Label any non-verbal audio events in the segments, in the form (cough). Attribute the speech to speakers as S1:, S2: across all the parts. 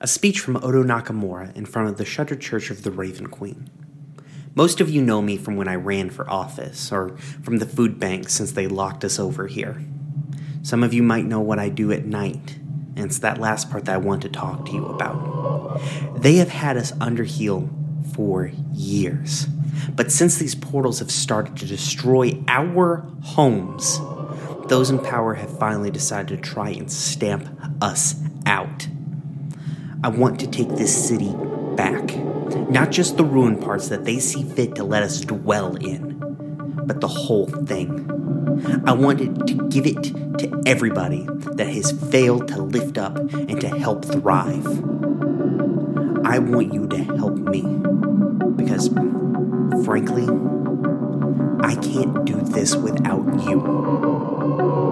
S1: a speech from Odo Nakamura in front of the shuttered church of the Raven Queen. Most of you know me from when I ran for office, or from the food bank since they locked us over here. Some of you might know what I do at night, and it's that last part that I want to talk to you about. They have had us under heel for years, but since these portals have started to destroy our homes, those in power have finally decided to try and stamp us out. I want to take this city back. Not just the ruined parts that they see fit to let us dwell in, but the whole thing. I wanted to give it to everybody that has failed to lift up and to help thrive. I want you to help me because, frankly, I can't do this without you.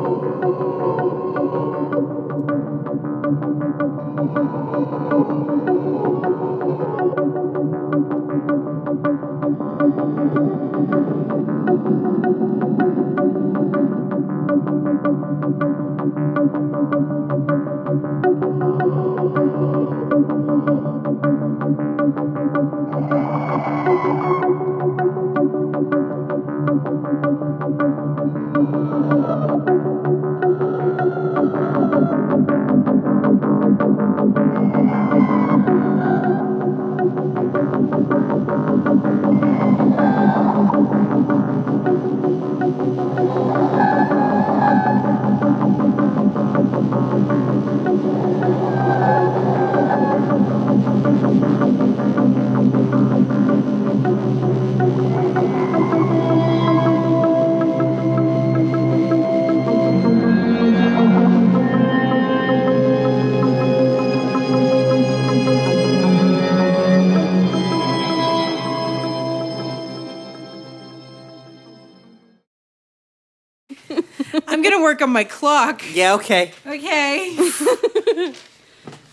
S2: I'm gonna work on my clock.
S1: Yeah, okay. (laughs)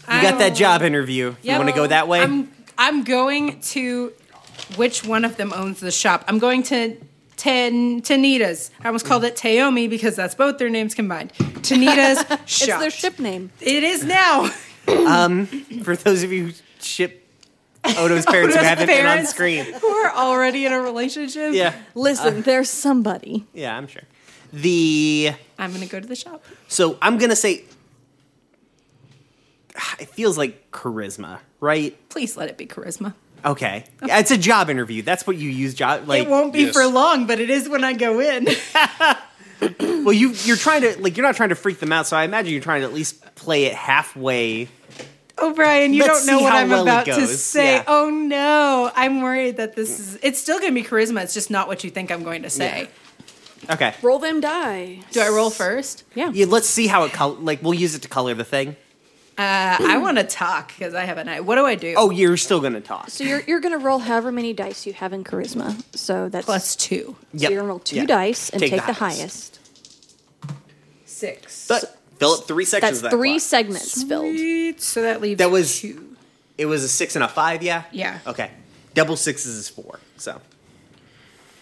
S2: Okay.
S1: You got that job interview. You want to go that way?
S2: I'm I'm going to which one of them owns the shop? I'm going to Ten Tanita's. I almost called it Taomi because that's both their names
S1: (laughs)
S2: combined. Tanita's
S3: It's
S2: shop.
S3: their ship name.
S2: It is now. (laughs)
S1: For those of you who ship Odo's parents who
S2: Odo's
S1: haven't been on
S2: parents.
S1: screen.
S2: (laughs) Who are already in a relationship?
S1: Yeah.
S3: Listen, there's somebody.
S1: Yeah, I'm sure. The
S2: I'm gonna go to the shop.
S1: so I'm gonna say it feels like charisma, right?
S2: Please let it be charisma.
S1: Okay. Yeah, It's a job interview. That's what you use job like
S2: it won't be
S4: yes.
S2: for long, but it is when I go in. (laughs)
S1: well you you're trying to like you're not trying to freak them out, so I imagine you're trying to at least play it halfway.
S2: O'Brien, Oh, you
S1: Let's
S2: don't know
S1: see
S2: what
S1: how
S2: I'm
S1: well it
S2: about to
S1: goes.
S2: say.
S1: Yeah.
S2: Oh no, I'm worried that this is. It's still going to be charisma. It's just not what you think I'm going to say.
S1: Okay.
S3: Roll them die.
S2: Do I roll first?
S3: Yeah.
S1: Yeah, let's see how it col- like we'll use it to color the thing.
S2: Uh, I want to talk because I have an eye. What do I do?
S1: Oh, you're still gonna talk.
S3: So you're you're gonna roll however many dice you have in charisma. So that's
S2: plus two,
S3: So
S1: Yep.
S3: you're gonna roll two
S1: Yeah.
S3: dice and
S1: Take
S3: take,
S1: the
S3: the,
S1: highest.
S3: highest.
S2: six.
S1: But fill up three sections
S3: That's
S1: of that
S3: three
S1: clock.
S3: segments
S2: (laughs)
S3: filled.
S2: Sweet. So that leaves
S1: That was-
S2: two.
S1: It was a six and a five, yeah?
S2: Yeah.
S1: Okay. Double sixes is four. So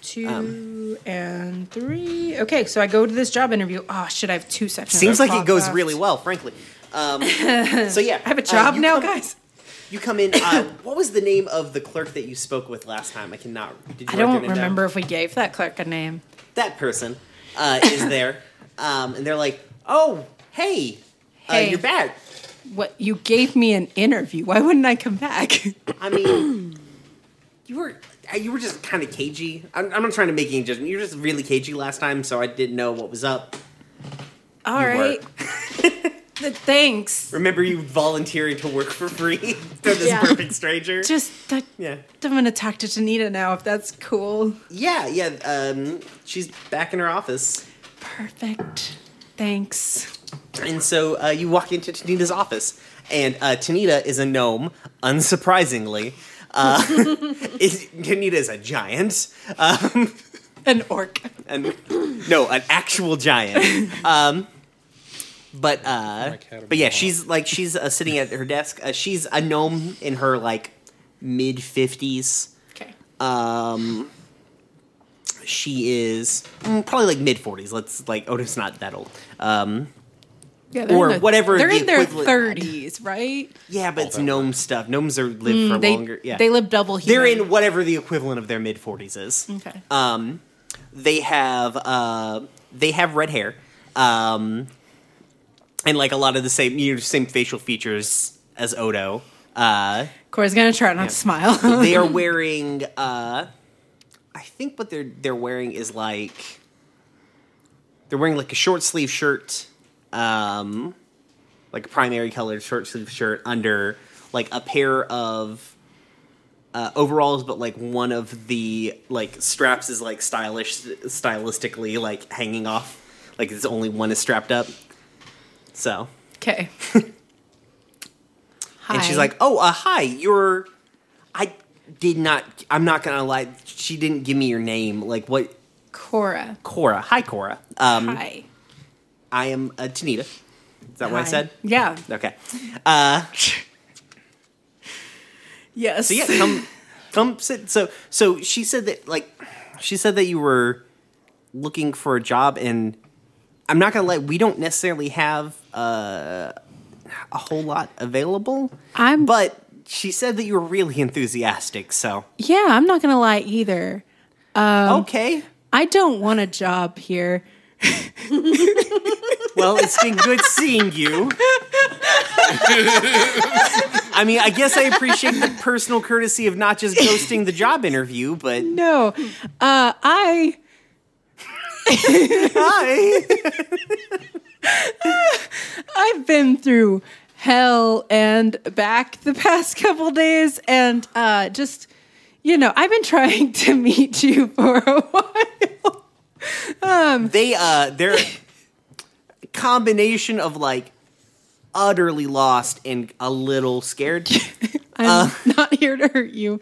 S2: Two
S1: um,
S2: and three. Okay, so I go to this job interview. Oh, should I have two sections?
S1: seems
S2: of
S1: like it
S2: clock
S1: goes
S2: left?
S1: really well, frankly.
S2: (laughs)
S1: Um, so yeah, uh,
S2: I have a job now,
S1: come,
S2: guys.
S1: You come in.
S2: (laughs)
S1: Uh, what was the name of the clerk that you spoke with last time? I cannot. Did you
S2: I
S1: write their
S2: don't
S1: name down?
S2: remember if we gave that clerk a name.
S1: That person uh, is there, um, and they're like, "Oh, hey,
S2: Hey.
S1: Uh, you're back."
S2: What you gave me an interview? Why wouldn't I come back? (laughs)
S1: I mean, you were uh, you were just kind of cagey. I'm, I'm not trying to make any judgment. You were just really cagey last time, so I didn't know what was up.
S2: All
S1: You
S2: right. Th- Thanks.
S1: Remember you volunteering to work for free (laughs) to this
S3: Yeah.
S1: perfect stranger?
S2: Just I,
S1: yeah.
S2: I'm gonna talk to Tanita now if that's cool.
S1: Yeah, yeah. Um, she's back in her office,
S2: Perfect. Thanks.
S1: and so uh, you walk into Tanita's office, and uh, Tanita is a gnome, unsurprisingly. Uh, is, Tanita is a giant, um,
S2: An orc.
S1: and no, an actual giant. Um, but uh,
S4: cat would
S1: but yeah,
S4: be
S1: she's like she's uh, sitting at her desk. Uh, she's a gnome in her like mid fifties.
S2: Okay.
S1: oh, Uh, she is mm, probably like mid 40s. Let's like Odo's not that old. Um,
S2: Yeah,
S1: Or whatever
S2: They're
S1: the
S2: in their
S1: equivalent-
S2: thirties, right?
S1: Yeah, but it's gnome stuff. Gnomes are live for
S2: Mm, they
S1: longer. Yeah,
S2: they live double.
S1: They're
S2: human.
S1: in whatever the equivalent of their mid forties is.
S2: Okay.
S1: Um, they have uh, they have red hair, um, and like a lot of the same you know, same facial features as Odo. Uh,
S2: Corey's gonna try not to smile.
S1: (laughs) they are wearing. Uh, I think what they're they're wearing is like they're wearing like a short sleeve shirt, um, like a primary colored short sleeve shirt under like a pair of uh, overalls, but like one of the like straps is like stylish, stylistically like hanging off. Like it's only one is strapped up. So
S2: okay. Hi.
S1: (laughs) and she's like, "Oh, uh, hi. You're. I did not. I'm not gonna lie. She didn't give me your name. Like what?
S2: Cora.
S1: Cora. Hi, Cora. Um,
S2: Hi.
S1: I am uh, Tanita. Is that what I
S2: Hi.
S1: said?
S2: Yeah.
S1: Okay.
S2: Yes.
S1: So yeah, come, come sit. So so she said that like, she said that you were looking for a job, and I'm not gonna lie. We don't necessarily have uh, a whole lot available.
S2: I'm-
S1: but. She said that you were really enthusiastic, so
S2: yeah, I'm not gonna lie either.
S1: okay.
S2: I don't want a job here.
S1: Well, it's been good seeing you. I mean, I guess I appreciate the personal courtesy of not just ghosting the job interview, but
S2: No. Uh, I
S1: hi.
S2: I've been through hell and back the past couple days, and uh, just you know, I've been trying (laughs) to meet you for a while.
S1: They uh they're combination of like utterly lost and a little scared. (laughs)
S2: I'm not here to hurt you.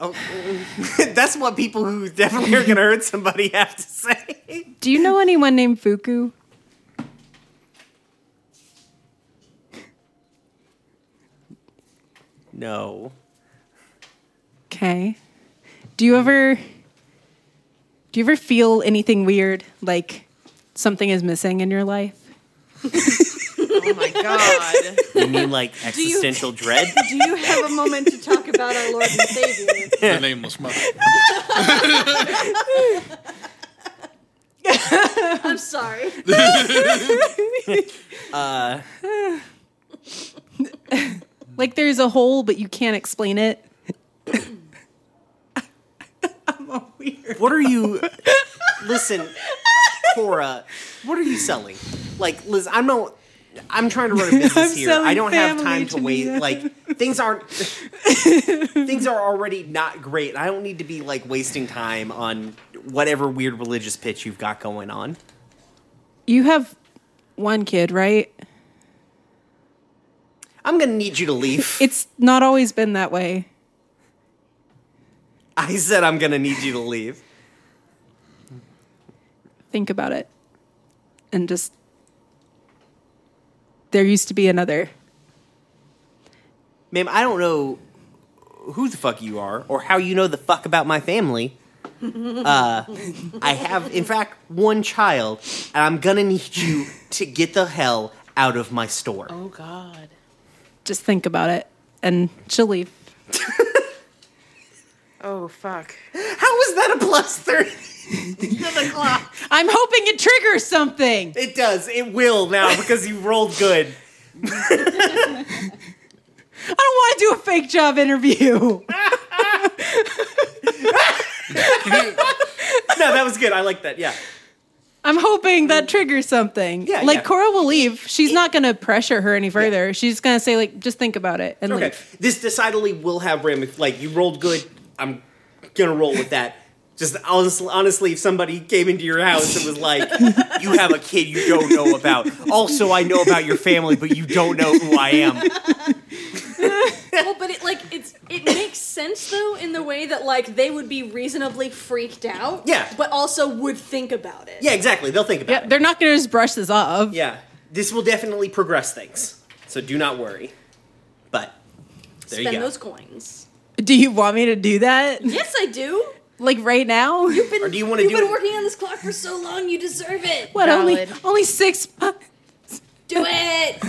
S1: Oh, that's what people who definitely are gonna hurt somebody have to say.
S2: Do you know anyone named Fuku?
S1: No.
S2: Okay. Do you ever do you ever feel anything weird, like something is missing in your life?
S4: Oh my god.
S1: You mean like existential dread?
S4: Do you have a moment to talk about our Lord and Savior?
S5: The nameless mother.
S1: (laughs)
S4: I'm sorry.
S2: Like there's a hole, but you can't explain it. I'm a weird.
S1: What are you? listen, Cora, what are you selling? Like, Liz, I'm not. I'm trying
S2: (laughs)
S1: to run a business
S2: I'm
S1: here. I
S2: selling
S1: don't have
S2: family,
S1: time to wait.
S2: Tanita.
S1: Like things aren't. things are already not great. I don't need to be like wasting time on whatever weird religious pitch you've got going on.
S2: You have one kid, right?
S1: I'm gonna need you to leave. (laughs)
S2: It's not always been that way.
S1: I said I'm gonna need you to leave.
S2: Think about it. And just there used to be another.
S1: Ma'am, I don't know who the fuck you are or how you know the fuck about my (laughs) family. Uh, I have, in fact, one child, and I'm gonna need you to get the hell out of my store.
S4: Oh god.
S2: Just think about it. And she'll leave.
S4: Oh fuck.
S1: How is that a plus 30 to the clock?
S2: I'm hoping it triggers something.
S1: It does. It will now because you rolled good.
S2: I don't want to do a fake job interview.
S1: No, that was good. I like that. Yeah.
S2: (laughs) I'm hoping that triggers something.
S1: Yeah,
S2: like
S1: yeah.
S2: Cora will leave. She's not going to pressure her any further. She's going to say like, just think about it and
S1: Okay.
S2: leave.
S1: This decidedly will have ramifications. Like, you rolled good. I'm gonna roll with that. Just honestly, honestly, if somebody came into your house and was like, "You have a kid you don't know about," also I know about your family, but you don't know who I am.
S4: Well, but it like it's it makes sense though in the way that like they would be reasonably freaked out.
S1: Yeah.
S4: But also would think about it.
S1: Yeah, exactly. They'll think about
S2: Yeah,
S1: it.
S2: they're not going to just brush this off.
S1: Yeah, this will definitely progress things, so do not worry. But there
S4: Spend
S1: you go.
S4: those coins.
S2: Do you want me to do that? (laughs)
S4: Yes, I do.
S2: Like right (laughs) now?
S4: You've been,
S1: Or do you wanna
S4: you've
S1: do
S4: been
S1: it-
S4: working on this clock for so long, you deserve it.
S2: What only
S6: Valid.
S2: only six months?
S4: Do it.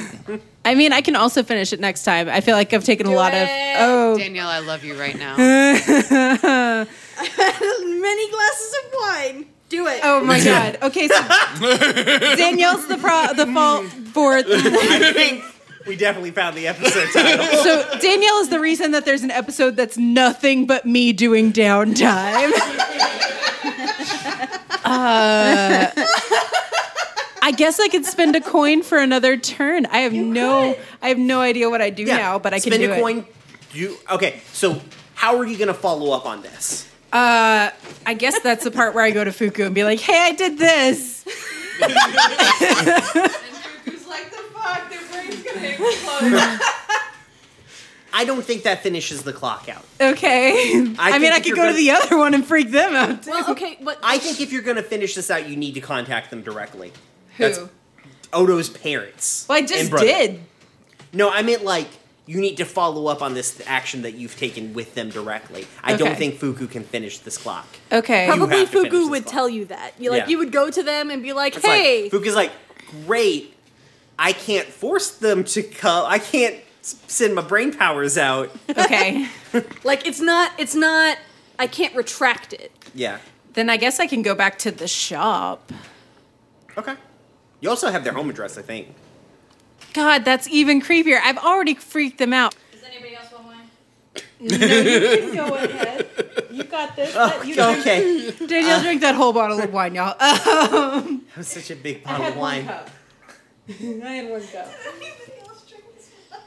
S2: I mean, I can also finish it next time. I feel like I've taken a lot of
S4: it.
S2: oh
S5: Danielle, I love you right
S4: (laughs)
S5: now.
S4: Many glasses of wine. Do it.
S2: oh (laughs) my god. Okay, so Danielle's the pro- the fault for
S1: (laughs) I think we definitely found the episode title.
S2: so Danielle is the reason that there's an episode that's nothing but me doing downtime. (laughs) Uh, I guess I could spend a coin for another turn. I have no, I have (laughs) no idea what I do now, but I
S1: Spend
S2: can do
S1: a
S2: it.
S1: coin. You okay? So how are you going to follow up on this?
S2: Uh, I guess that's the part where I go to Fuku and be like, "Hey, I did this."
S5: Who's like the fuck? Their brain's gonna explode.
S1: I don't think that finishes the clock out.
S2: Okay. I, mean,
S1: think
S2: I
S1: if
S2: could
S1: you're
S2: go to
S1: gonna-
S2: the other one and freak them out.
S4: Well, okay, but
S1: I think if you're going to finish this out, you need to contact them directly.
S2: Who?
S1: That's Odo's parents.
S2: well, I
S1: and
S2: just
S1: brother.
S2: did.
S1: No, I meant like you need to follow up on this action that you've taken with them directly. I don't
S2: Okay.
S1: think Fuku can finish this clock.
S2: Okay. (laughs)
S1: Probably-
S4: probably
S1: have to finish
S4: Fugu
S1: this
S4: would
S1: one.
S4: tell you that. You like
S1: Yeah.
S4: you would go to them and be like,
S1: It's like,
S4: "Hey,
S1: Fuku's like, great. I can't force them to come. I can't s- send my brain powers
S2: (laughs)
S1: out.
S2: okay.
S4: like it's not it's not I can't retract it."
S1: yeah.
S2: then I guess I can go back to the shop.
S1: Okay. You also have their home address, I think.
S2: God, that's even creepier. I've already freaked them out.
S4: Does anybody
S2: (laughs)
S4: else want wine?
S2: Go (laughs) ahead. You got this.
S1: Okay.
S2: Danielle, drink that whole bottle of wine, (laughs) y'all.
S1: that was such a big bottle of
S2: (laughs)
S1: wine.
S2: I had one cup.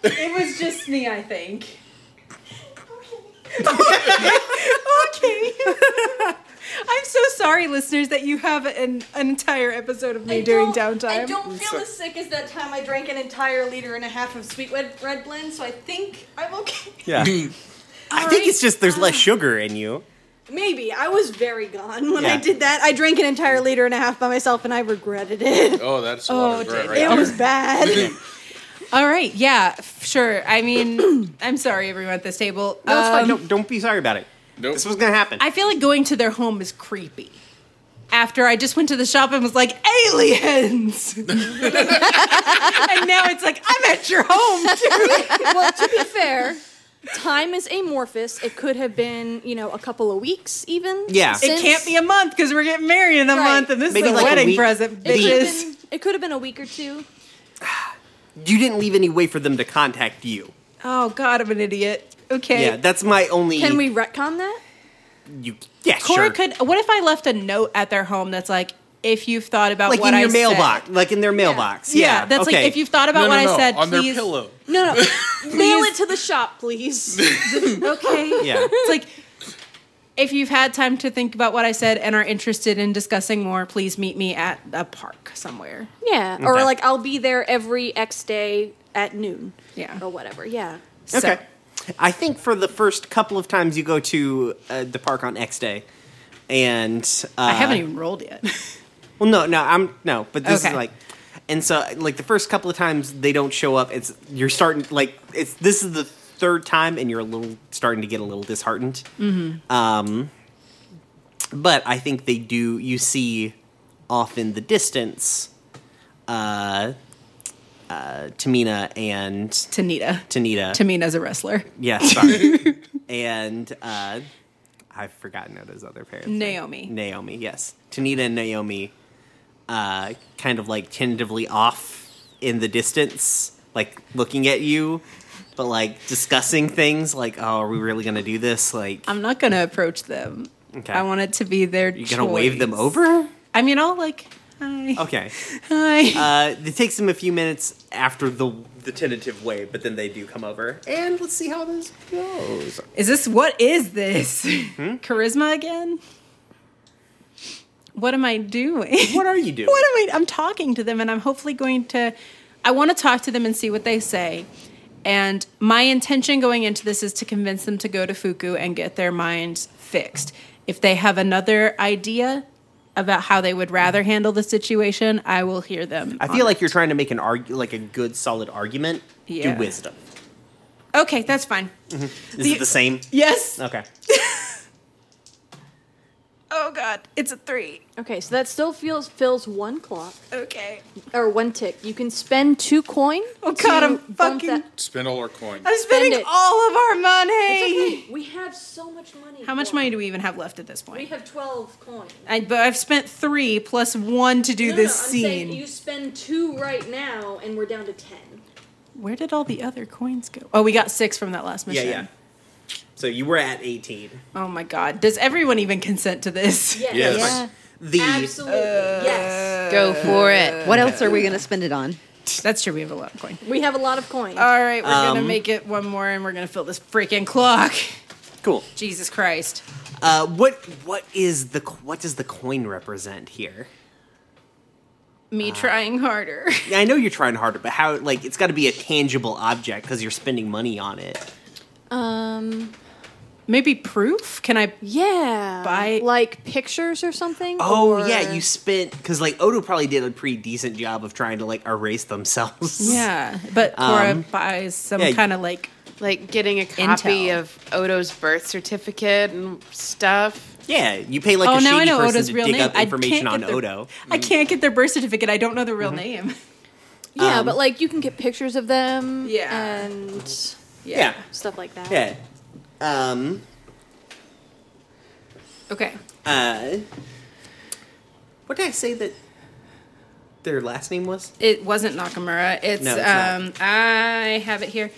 S2: It was just me, I think. (laughs) okay. (laughs) I'm so sorry, listeners, that you have an, an entire episode of me during downtime.
S4: I don't feel
S1: Sorry.
S4: as sick as that time I drank an entire liter and a half of sweet red, red blend, so I think I'm okay.
S1: (laughs) Yeah. I think it's just there's
S2: Uh,
S1: less sugar in you.
S4: Maybe I was very gone when I
S1: Yeah.
S4: did that. I drank an entire liter and a half by myself, and I regretted it.
S6: Oh, that's a
S2: Oh,
S6: lot of regret
S2: Danielle.
S6: right
S4: It
S6: there.
S4: was bad.
S2: All right, yeah, f- sure. I
S4: (clears throat)
S2: mean, I'm sorry, everyone at this table.
S1: No, it's fine.
S2: Um,
S1: Don't, don't be sorry about it.
S6: Nope.
S1: This was gonna happen.
S2: I feel like going to their home is creepy. After I just went to the shop and was like, aliens! (laughs) and now it's like, I'm at your home, too.
S4: well, to be fair, time is amorphous. It could have been, you know, a couple of weeks even.
S1: Yeah. It
S2: It can't be a month because we're getting married in a
S4: Right.
S2: month and this
S1: Maybe
S2: is a
S1: like a
S2: wedding
S1: week.
S2: present,
S1: It
S4: It could
S2: bitches.
S4: have been- It could have been a week or two.
S1: you didn't leave any way for them to contact you.
S2: oh, God, I'm an idiot. Okay.
S1: Yeah, that's my only.
S4: Can we retcon that?
S1: You, yeah,
S2: Cora
S1: sure.
S2: could, what if I left a note at their home that's like, if you've thought about
S1: like
S2: what
S1: in
S2: I
S1: your
S2: said-
S1: mailbox, like in their mailbox.
S2: Yeah,
S1: Yeah,
S2: that's
S1: okay.
S2: like, if you've thought about
S6: No,
S2: what
S6: no, no,
S2: I said,
S6: on
S2: please.
S6: their pillow.
S4: No, no. Mail it to the shop, please.
S1: (laughs)
S2: Okay.
S1: (laughs)
S2: (laughs)
S1: Yeah.
S2: It's like if you've had time to think about what I said and are interested in discussing more, please meet me at a park somewhere.
S4: Yeah, or
S1: Okay.
S4: like I'll be there every X day at noon.
S2: Yeah.
S4: or whatever. Yeah.
S1: Okay. I think for the first couple of times you go to uh, the park on X day, and uh,
S2: I haven't even rolled yet. (laughs)
S1: Well, no, no, I'm no, but this
S2: Okay.
S1: is like, and so like the first couple of times they don't show up. It's you're starting like it's this is the third time, and you're a little starting to get a little disheartened. Um, but I think they do. You see, off in the distance, uh, uh, Tamina and
S2: Tanita.
S1: Tanita.
S2: Tamina's a wrestler.
S1: yeah, sorry. and uh, I've forgotten Oda's other parents.
S2: Naomi.
S1: Naomi, yes. Tanita and Naomi uh, kind of like tentatively off in the distance, like looking at you, but like discussing things like, oh, are we really going to do this? Like,
S2: I'm not going to approach them.
S1: Okay.
S2: I want it to be their
S1: you going to wave them over?
S2: I mean, I'll like, hi.
S1: Okay.
S2: Hi.
S1: Uh, it takes them a few minutes after the the tentative wave, but then they do come over. And let's see how this goes.
S2: is this, what is this?
S1: Hmm?
S2: Charisma again? What am I doing?
S1: What are you doing?
S2: what am I? I'm talking to them, and I'm hopefully going to. I want to talk to them and see what they say. And my intention going into this is to convince them to go to Fuku and get their minds fixed. If they have another idea about how they would rather handle the situation, I will hear them.
S1: I feel like you're trying to make an argu- like a good solid argument
S2: Yeah.
S1: to wisdom.
S2: okay,
S1: (laughs)
S2: that's fine.
S1: Is it the same?
S2: Yes.
S1: Okay.
S2: Oh God, god, it's a three.
S3: Okay, so that still feels fills one clock
S2: Okay.
S3: or one tick. You can spend two coin.
S2: Oh god,
S3: to
S2: I'm
S3: bump
S2: fucking.
S3: that-
S6: Spend all our coin.
S2: I'm spending
S3: it.
S2: all of our money.
S3: It's
S2: (laughs)
S3: okay. We have so much money.
S2: How much
S3: Well,
S2: money do we even have left at this
S4: We
S2: point?
S4: have twelve coins.
S2: I, but I've spent three plus one to do
S4: No, no,
S2: this
S4: no, I'm
S2: scene.
S4: saying you spend two right now, and we're down to ten.
S2: Where did all the other coins go? Oh, we got six from that last
S1: Yeah,
S2: mission.
S1: yeah. So you were at 18.
S2: Oh my god. Does everyone even consent to (laughs) this?
S4: Yes.
S6: Yes.
S3: Yeah.
S1: The
S4: Absolutely.
S2: Uh,
S4: yes.
S7: Go for it.
S5: Uh,
S7: What else are we going to spend it on?
S2: That's true. We have a lot of coin.
S4: We have a lot of coins.
S2: All right, we're gonna
S1: Um,
S2: make it one more, and we're gonna fill this freaking clock. (laughs)
S1: cool.
S2: Jesus Christ!
S1: Uh, what what is the what does the coin represent here? Uh,
S2: Me trying harder. (laughs)
S1: I know you're trying harder, but how? Like, it's got to be a tangible object because you're spending money on it.
S3: Um.
S2: Maybe proof? Can I?
S3: Yeah.
S2: Buy-
S3: like pictures or something.
S1: Oh
S3: or-
S1: yeah, you spent because like Odo probably did a pretty decent job of trying to like erase themselves.
S2: Yeah, but Cora
S1: Um,
S2: buys some
S1: yeah,
S2: kind of like.
S5: Like getting a copy
S2: Intel.
S5: of Odo's birth certificate and stuff.
S1: (laughs) (laughs) yeah. You pay like
S2: oh,
S1: a
S2: now
S1: shady
S2: I know
S1: person
S2: Odo's
S1: to
S2: real
S1: dig
S2: name.
S1: up
S2: I
S1: information
S2: can't
S1: on
S2: get their,
S1: Odo.
S2: I can't get their birth certificate. I don't know the real
S1: Mm-hmm.
S2: name. (laughs)
S3: Yeah,
S1: Um,
S3: but like you can get pictures of them.
S2: Yeah.
S3: And
S1: Yeah,
S3: stuff like that.
S1: yeah. Um.
S2: Okay.
S1: Uh. What did I say that their last name was?
S2: It wasn't Nakamura. It's,
S1: No, it's not.
S2: um I have it here.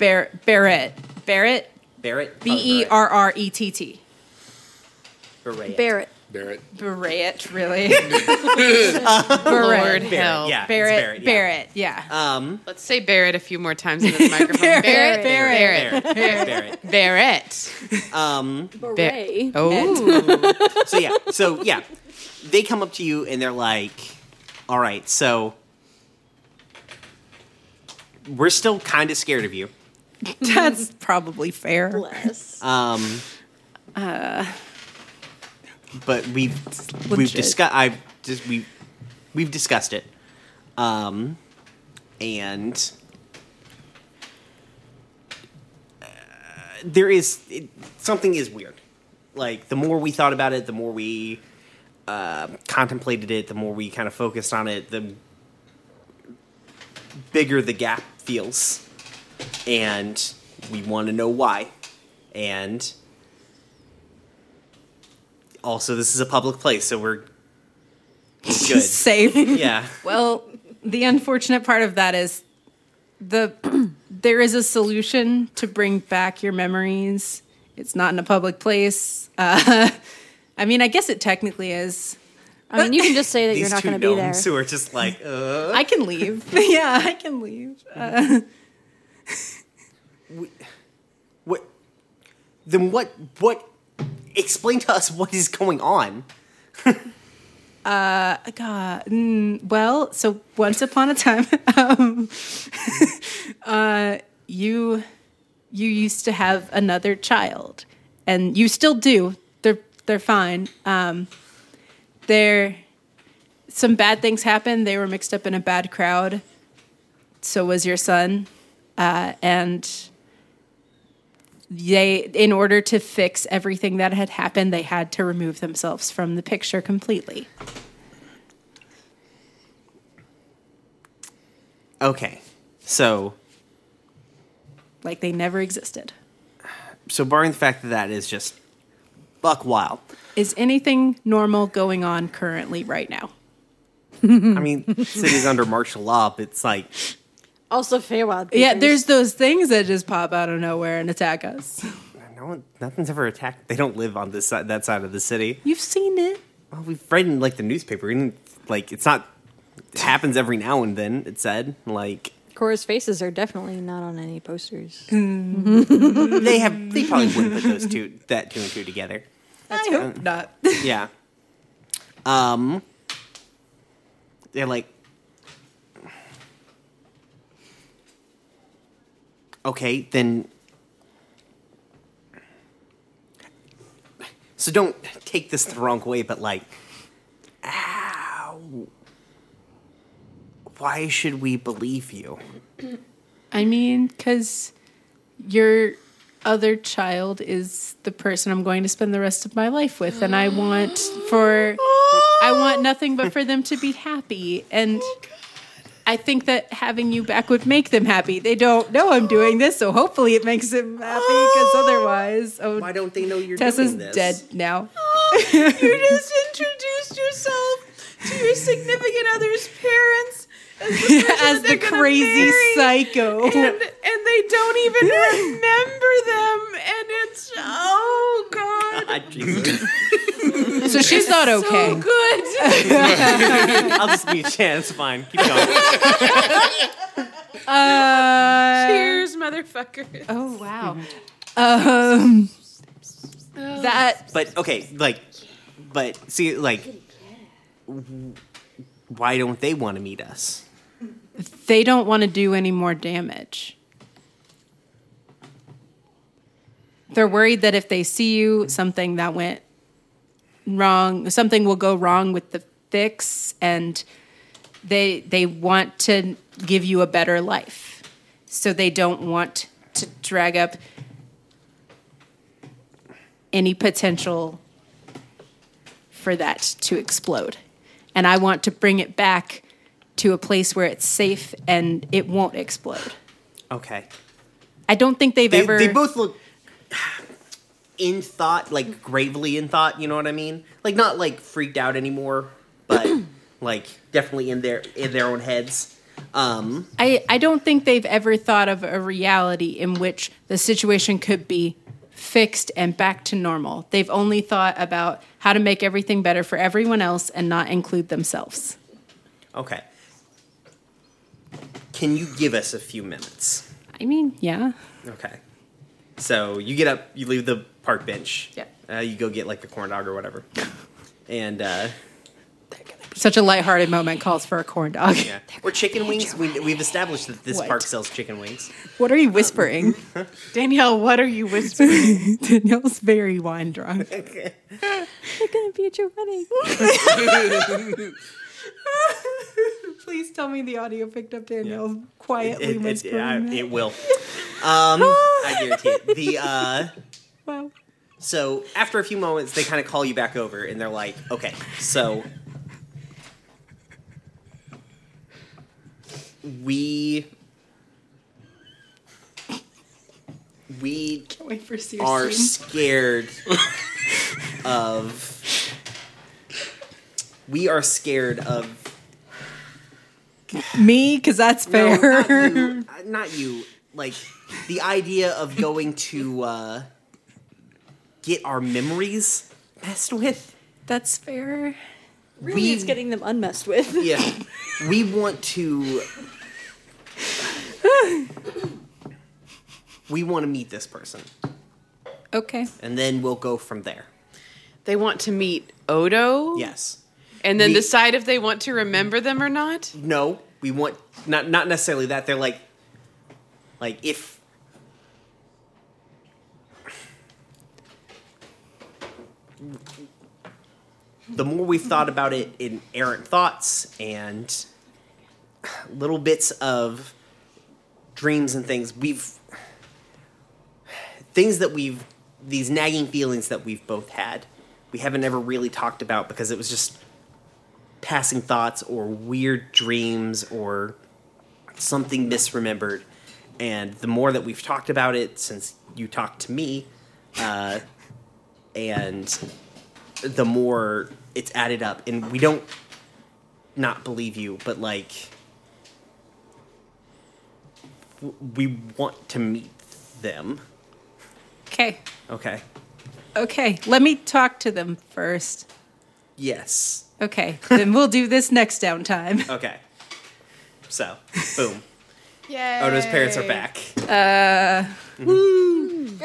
S2: Bar- Barrett. Barrett.
S1: Oh, Barrett.
S2: B E R R E T T.
S1: Barrett.
S3: Barrett.
S8: (laughs)
S6: Barrett.
S2: Barrett, really.
S5: Lord
S2: Barrett.
S5: help.
S1: Yeah, it's
S2: Barrett.
S1: yeah.
S2: Barrett. Yeah.
S1: Um.
S5: Let's say Barrett a few more times in (laughs) this microphone.
S2: Barrett.
S5: Barrett. Barrett.
S1: Barrett.
S2: (laughs)
S1: Barrett.
S5: Barrett.
S1: Um.
S4: Beret.
S5: Oh.
S1: So yeah. So yeah. They come up to you and they're like, "All right, so we're still kind of scared of you."
S2: (laughs) That's probably fair. (laughs)
S4: Bless.
S2: Oh.
S1: Um, but we've we've
S2: legit.
S1: discussed. I've just we we've discussed it. Um, and uh, there is it, something is weird. Like the more we thought about it, the more we uh, contemplated it, the more we kind of focused on it, the bigger the gap feels, and we want to know why and also this is a public place, so we're
S3: (laughs)
S1: good.
S2: Safe.
S1: yeah.
S2: Well, the unfortunate part of that is the (clears throat) there is a solution to bring back your memories. It's not in a public place. Uh, (laughs) I mean, I guess it technically is.
S3: I mean, you can just say that you're
S1: These
S3: not
S1: two
S3: going to be there.
S1: gnomes who are just like, uh,
S2: I can leave. (laughs) yeah, I can leave. Uh,
S1: what? Then what? What? Explain to us what is going on.
S2: God. mm, well, so once upon a time, (laughs) um, uh, you you used to have another child, and you still do. They're they're fine. Um, they're some bad things happened. They were mixed up in a bad crowd. So was your son, uh, and they in order to fix everything that had happened, they had to remove themselves from the picture completely.
S1: Okay, so
S2: like they never existed.
S1: so barring the fact that that is just buck wild.
S2: Is anything normal going on currently right now?
S1: I mean, city's under martial law, but it's like
S3: Also, Feywild.
S2: Yeah, there's those things that just pop out of nowhere and attack us.
S1: no one, nothing's ever attacked. They don't live on this side, that side of the city.
S2: You've seen it.
S1: Well, we've read in like the newspaper, and like it's not it happens every now and then. It said like
S3: Cora's faces are definitely not on any
S4: (laughs)
S3: posters.
S1: they have they probably wouldn't put those two that two and two together.
S2: I hope not. (laughs)
S1: Yeah. Um. They're like. Okay, then. So don't take this the wrong way, but like, ow. Why should we believe you?
S2: I mean, because you're other child is the person I'm going to spend the rest of my life with, and I want for I want nothing but for them to be happy and. I think that having you back would make them happy. They don't know I'm doing this, so hopefully it makes them happy. Because otherwise, oh,
S1: Why don't they know you're
S2: Tessa's
S1: doing this?
S2: dead now.
S5: (laughs) You just introduced yourself to your significant other's parents as the, person
S2: As
S5: that
S2: the
S5: they're gonna
S2: crazy
S5: marry,
S2: psycho.
S5: and, and they don't even remember them, and it's oh
S1: (laughs)
S5: god,
S1: Ah, Jesus.
S2: So she's not okay.
S4: So good.
S1: I'll just be a chance. Fine. Keep going.
S2: Uh,
S5: cheers, motherfucker.
S2: Oh wow. Um, that
S1: But okay, like, but see, like, w- why don't they want to meet us?
S2: they don't want to do any more damage. They're worried that if they see you, something that went wrong, something will go wrong with the fix, and they they want to give you a better life, so they don't want to drag up any potential for that to explode. And I want to bring it back to a place where it's safe and it won't explode.
S1: Okay.
S2: I don't think they've
S1: They,
S2: ever.
S1: they both look in thought, like gravely in thought. You know what I mean? Like not like freaked out anymore, but like definitely in their in their own heads. Um,
S2: I, I don't think they've ever thought of a reality in which the situation could be fixed and back to normal. They've only thought about how to make everything better for everyone else and not include themselves.
S1: okay. Can you give us a few minutes?
S2: I mean, yeah.
S1: Okay. So you get up, you leave the park bench.
S2: Yep.
S1: Uh, you go get like a corn dog or whatever, and uh,
S2: Such a lighthearted moment calls for a corn dog.
S1: yeah, or chicken wings. We, we've established that this
S2: What?
S1: park sells chicken wings.
S7: What are you whispering?
S5: (laughs) Danielle, what are you whispering?
S2: (laughs) Danielle's very wine drunk.
S3: They're gonna be at your wedding.
S2: (laughs) Please tell me the audio picked up Danielle quietly
S1: It, it,
S2: whispering.
S1: I-
S2: that.
S1: it will. Um, I guarantee it. The uh,
S2: wow.
S1: so after a few moments, they kind of call you back over, and they're like, "Okay, so we we
S2: Wait for Sears.
S1: are scared of we are scared of
S4: (laughs)
S2: Me, because that's
S1: No,
S2: fair.
S1: not you. Uh, Not you. Like the idea of going to uh, get our memories messed with.
S2: (laughs) That's fair.
S4: Really,
S1: We-
S4: it's (laughs) getting them unmessed with. (laughs)
S1: Yeah, we want to. We want to meet this person,
S2: Okay.
S1: and then we'll go from there.
S5: They want to meet Odo.
S1: Yes.
S5: And then
S1: We-
S5: decide if they want to remember them or not.
S1: No, we want not not necessarily that. They're like, like if. The more we've thought about it in errant thoughts and little bits of dreams and things, we've things that we've these nagging feelings that we've both had, we haven't ever really talked about because it was just passing thoughts or weird dreams or something misremembered. And the more that we've talked about it since you talked to me, uh, and the more it's added up. And we don't not believe you, but like, w- we want to meet them.
S2: Okay.
S1: Okay.
S2: Okay. Let me talk to them first.
S1: Yes. (laughs)
S2: Okay. then we'll do this next downtime.
S1: Okay. So, boom. (laughs) Yay. Odo's parents are back.
S2: Did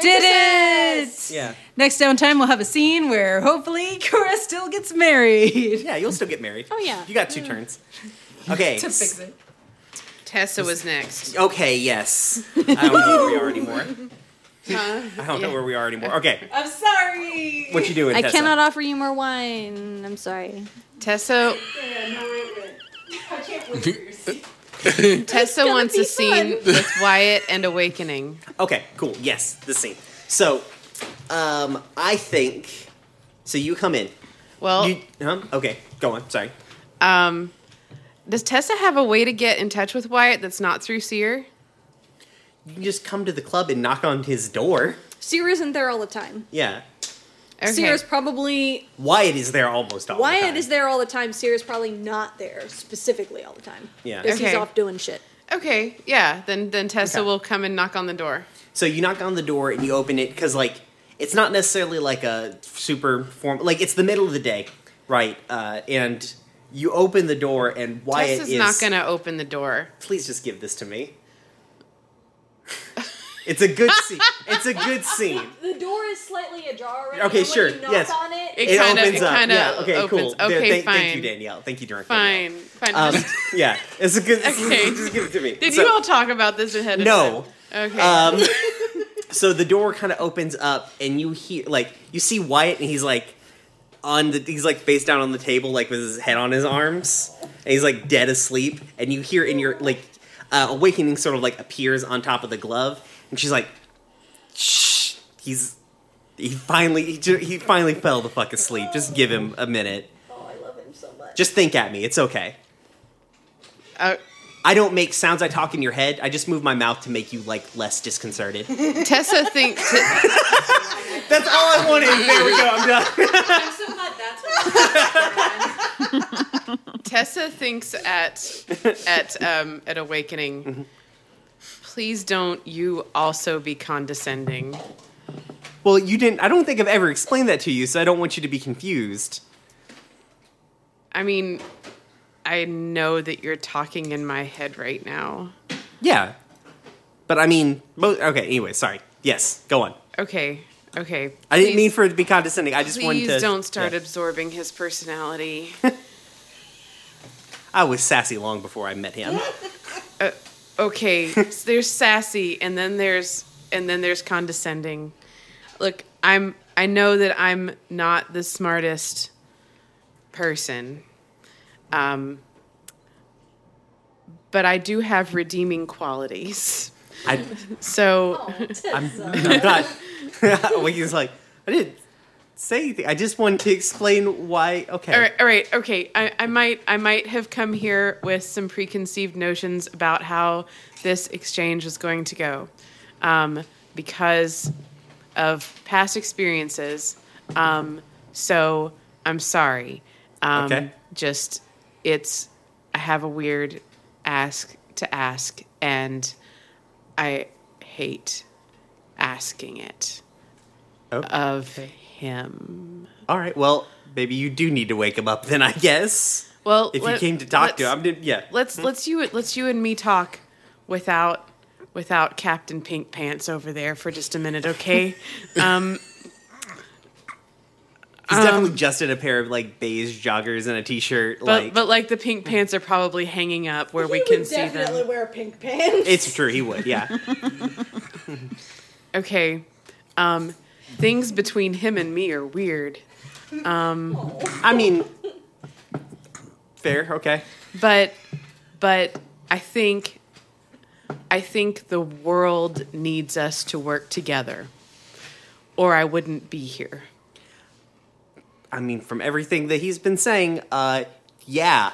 S2: it!
S1: Yeah.
S2: Next downtime, we'll have a scene where hopefully Cora still gets married.
S1: Yeah, you'll still get married.
S4: Oh, yeah.
S1: You got two turns. Okay.
S2: (laughs) to fix it.
S5: Tessa was next.
S1: Okay,
S2: (laughs)
S1: yes. I don't know where we are anymore. (laughs) I don't know
S5: Yeah.
S1: where we are anymore. Okay.
S2: I'm sorry.
S1: What you doing,
S3: I
S1: Tessa?
S3: cannot offer you more wine. I'm sorry.
S5: Tessa Tessa wants a scene with Wyatt and Awakening.
S1: Okay, cool. Yes, the scene. So, um, I think. So you come in.
S6: Well,
S1: You, huh? Okay, go on. Sorry.
S6: um, does Tessa have a way to get in touch with Wyatt that's not through Seer?
S1: You can just come to the club and knock on his door.
S4: Seer isn't there all the time.
S1: Yeah.
S6: Okay.
S4: Seer's probably
S1: Wyatt is there almost all the
S4: Wyatt
S1: time.
S4: is there all the time. Seer's probably not there specifically all the time.
S1: Yeah.
S4: because he's
S6: Okay.
S4: off doing shit.
S6: Okay, yeah. Then then Tessa
S1: Okay.
S6: will come and knock on the door.
S1: So you knock on the door and you open it because like it's not necessarily like a super form. Like it's the middle of the day, right? Uh, and you open the door and Wyatt
S6: Tessa's
S1: is
S6: not gonna open the door.
S1: Please just give this to me. it's a good scene. It's a
S6: (laughs)
S1: good scene.
S4: The door is slightly ajar already.
S1: Okay,
S4: and when
S1: sure,
S4: you knock
S1: yes.
S4: on it,
S6: It kinda-
S1: opens
S6: it
S1: up.
S6: kinda
S1: yeah. Okay.
S6: opens.
S1: Cool. There-
S6: Okay,
S1: thank, Thank
S6: fine.
S1: you, Danielle. Thank you, Dirk. Danielle.
S6: Fine, fine.
S1: Um,
S6: just-
S1: (laughs) yeah, it's a good.
S6: (laughs)
S1: (laughs)
S6: Okay.
S1: just give it to me.
S6: did
S1: So-
S6: you all talk about this ahead of
S1: No.
S6: time? Okay.
S1: Um, so the door kind of opens up, and you hear like you see Wyatt, and he's like on the he's like face down on the table, like with his head on his arms, and he's like dead asleep. And you hear in your like uh, awakening sort of like appears on top of the glove, and she's like, "Shh." He's he finally he, ju- he finally fell the fuck asleep. Just give him a minute.
S4: oh, I love him so much.
S1: Just think at me. It's okay.
S6: Uh,
S1: I don't make sounds. I talk in your head. I just move my mouth to make you like less disconcerted.
S6: Tessa thinks. That,
S1: That's all I wanted. There we go. I'm done.
S2: I'm so glad that's what
S6: Tessa thinks at at um, at awakening.
S1: Mm-hmm.
S6: Please don't you also be condescending.
S1: Well, you didn't. I don't think I've ever explained that to you, so I don't want you to be confused.
S6: I mean, I know that you're talking in my head right now.
S1: Yeah, but I mean, mo- okay. Anyway, sorry. Yes, go on.
S6: Okay, okay.
S1: I didn't
S6: Please-
S1: mean for it to be condescending. I just wanted
S6: Please
S1: to.
S6: don't start
S1: yeah.
S6: absorbing his personality.
S1: I was sassy long before I met him.
S6: okay so there's sassy and then there's and then there's condescending look i'm i know that i'm not the smartest person um but i do have redeeming qualities
S1: I,
S6: so
S1: I'm, I'm not. (laughs) well, he's like, I didn't say anything. I just wanted to explain why. Okay.
S6: all right all right okay I, I might i might have come here with some preconceived notions about how this exchange is going to go um, because of past experiences um, so i'm sorry um,
S1: Okay.
S6: just it's i have a weird ask to ask and i hate asking it
S1: Okay.
S6: of him
S1: Oh, All right. Well, maybe you do need to wake him up then. I guess.
S6: Well,
S1: if you
S6: let-
S1: came to talk to
S6: let's-
S1: him, I'm. Yeah.
S6: let's let's you let's you and me talk without without Captain Pink Pants over there for just a minute, okay? um,
S1: He's definitely just in a pair of like beige joggers and a t-shirt.
S6: but
S1: like
S6: but like the pink pants are probably hanging up where we can see them.
S4: wear pink pants.
S1: it's true, he would. Yeah.
S6: Okay, um, things between him and me are weird,
S1: I mean, fair. Okay.
S6: but but I think I think the world needs us to work together, or I wouldn't be here.
S1: I mean, from everything that he's been saying, uh, yeah,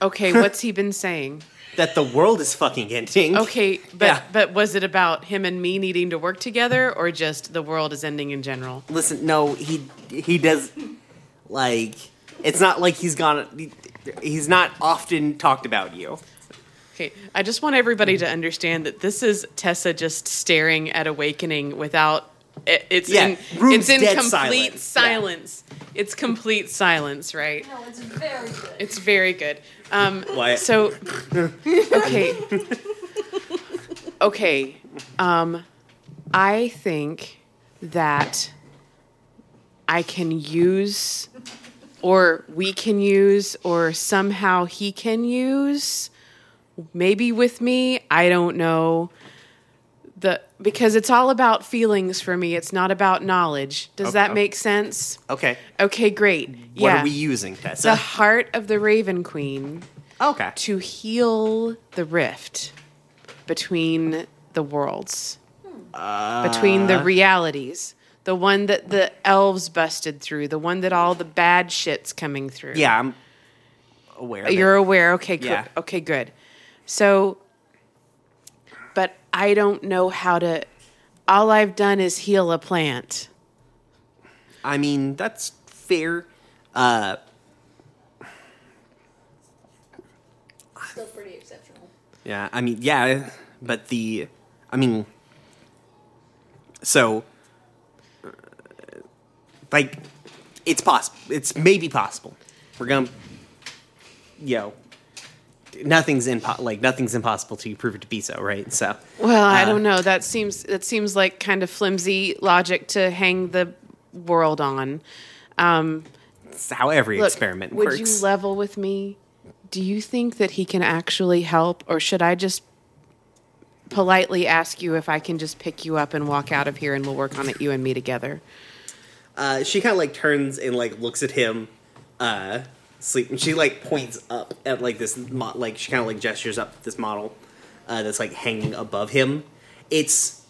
S6: Okay, what's he been saying?
S1: that the world is fucking ending.
S6: Okay, but
S1: Yeah.
S6: but was it about him and me needing to work together, or just the world is ending in general?
S1: Listen, no, he he does like it's not like he's gone. he- he's not often talked about you.
S6: Okay, I just want everybody to understand that this is Tessa just staring at awakening without. it- It's
S1: Yeah,
S6: in
S1: room's
S6: it's in
S1: dead
S6: complete
S1: silent. Yeah.
S6: silence. It's complete silence, right?
S4: No, it's very good.
S6: It's very good. Um,
S1: Wyatt.
S6: So, okay, okay. Um, I think that I can use, or we can use, or somehow he can use. Maybe with me, I don't know. The because it's all about feelings for me. It's not about knowledge. Does that
S1: Okay.
S6: make sense?
S1: Okay.
S6: Okay, great.
S1: What
S6: yeah
S1: are we using,
S6: the
S1: Tessa?
S6: heart of the Raven Queen
S1: okay.
S6: to heal the rift between the worlds.
S1: Ah.
S6: between the realities. The one that the elves busted through, the one that all the bad shit's coming through.
S1: Yeah, I'm aware. of it.
S6: You're aware. Okay, good.
S1: Yeah.
S6: Okay, good. So, but I don't know how to. All I've done is heal a plant.
S1: I mean, that's fair. Uh,
S4: Still pretty exceptional.
S1: yeah, I mean, yeah, but the, I mean, so, uh, like, it's possible. It's maybe possible. We're gonna, yo, nothing's impo- like nothing's impossible till you prove it to be so, right? So,
S6: Well,
S1: Ah.
S6: I don't know. That seems that seems like kind of flimsy logic to hang the world on. Um,
S1: it's how every
S6: look,
S1: experiment
S6: would
S1: works.
S6: you level with me? Do you think that he can actually help, or should I just politely ask you if I can just pick you up and walk out of here, and we'll work on it, you and me together?
S1: uh, she kind of like turns and like looks at him uh sleep and she like points up at like this mo- like she kind of like gestures up this model uh that's like hanging above him it's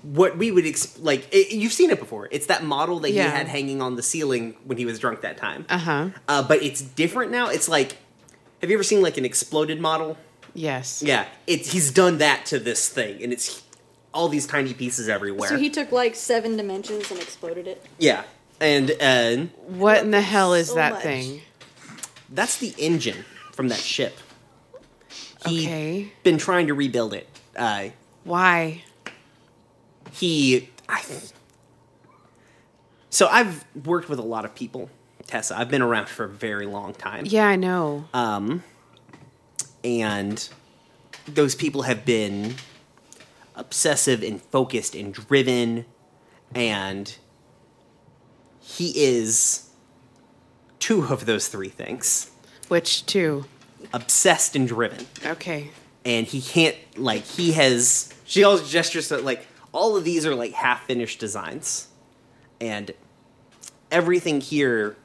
S1: what we would ex- like it, you've seen it before it's that model that
S6: Yeah.
S1: he had hanging on the ceiling when he was drunk that time
S6: Uh-huh.
S1: uh but it's different now it's like have you ever seen like an exploded model
S6: Yes.
S1: yeah it's he's done that to this thing and it's all these tiny pieces everywhere
S4: So he took like seven dimensions and
S1: (laughs)
S4: exploded it.
S1: yeah and uh
S6: What in the hell is
S4: so
S6: that
S4: much.
S6: thing?
S1: That's the engine from that ship. He
S6: Okay.
S1: been trying to rebuild it. Uh,
S6: Why?
S1: he, I, so I've worked with a lot of people, Tessa. I've been around for a very long time.
S6: Yeah, I know.
S1: Um, and those people have been obsessive and focused and driven, and he is two of those three things:
S6: Which two?
S1: obsessed and driven.
S6: Okay.
S1: and he can't like he has she always gestures that like all of these are like half finished designs and everything here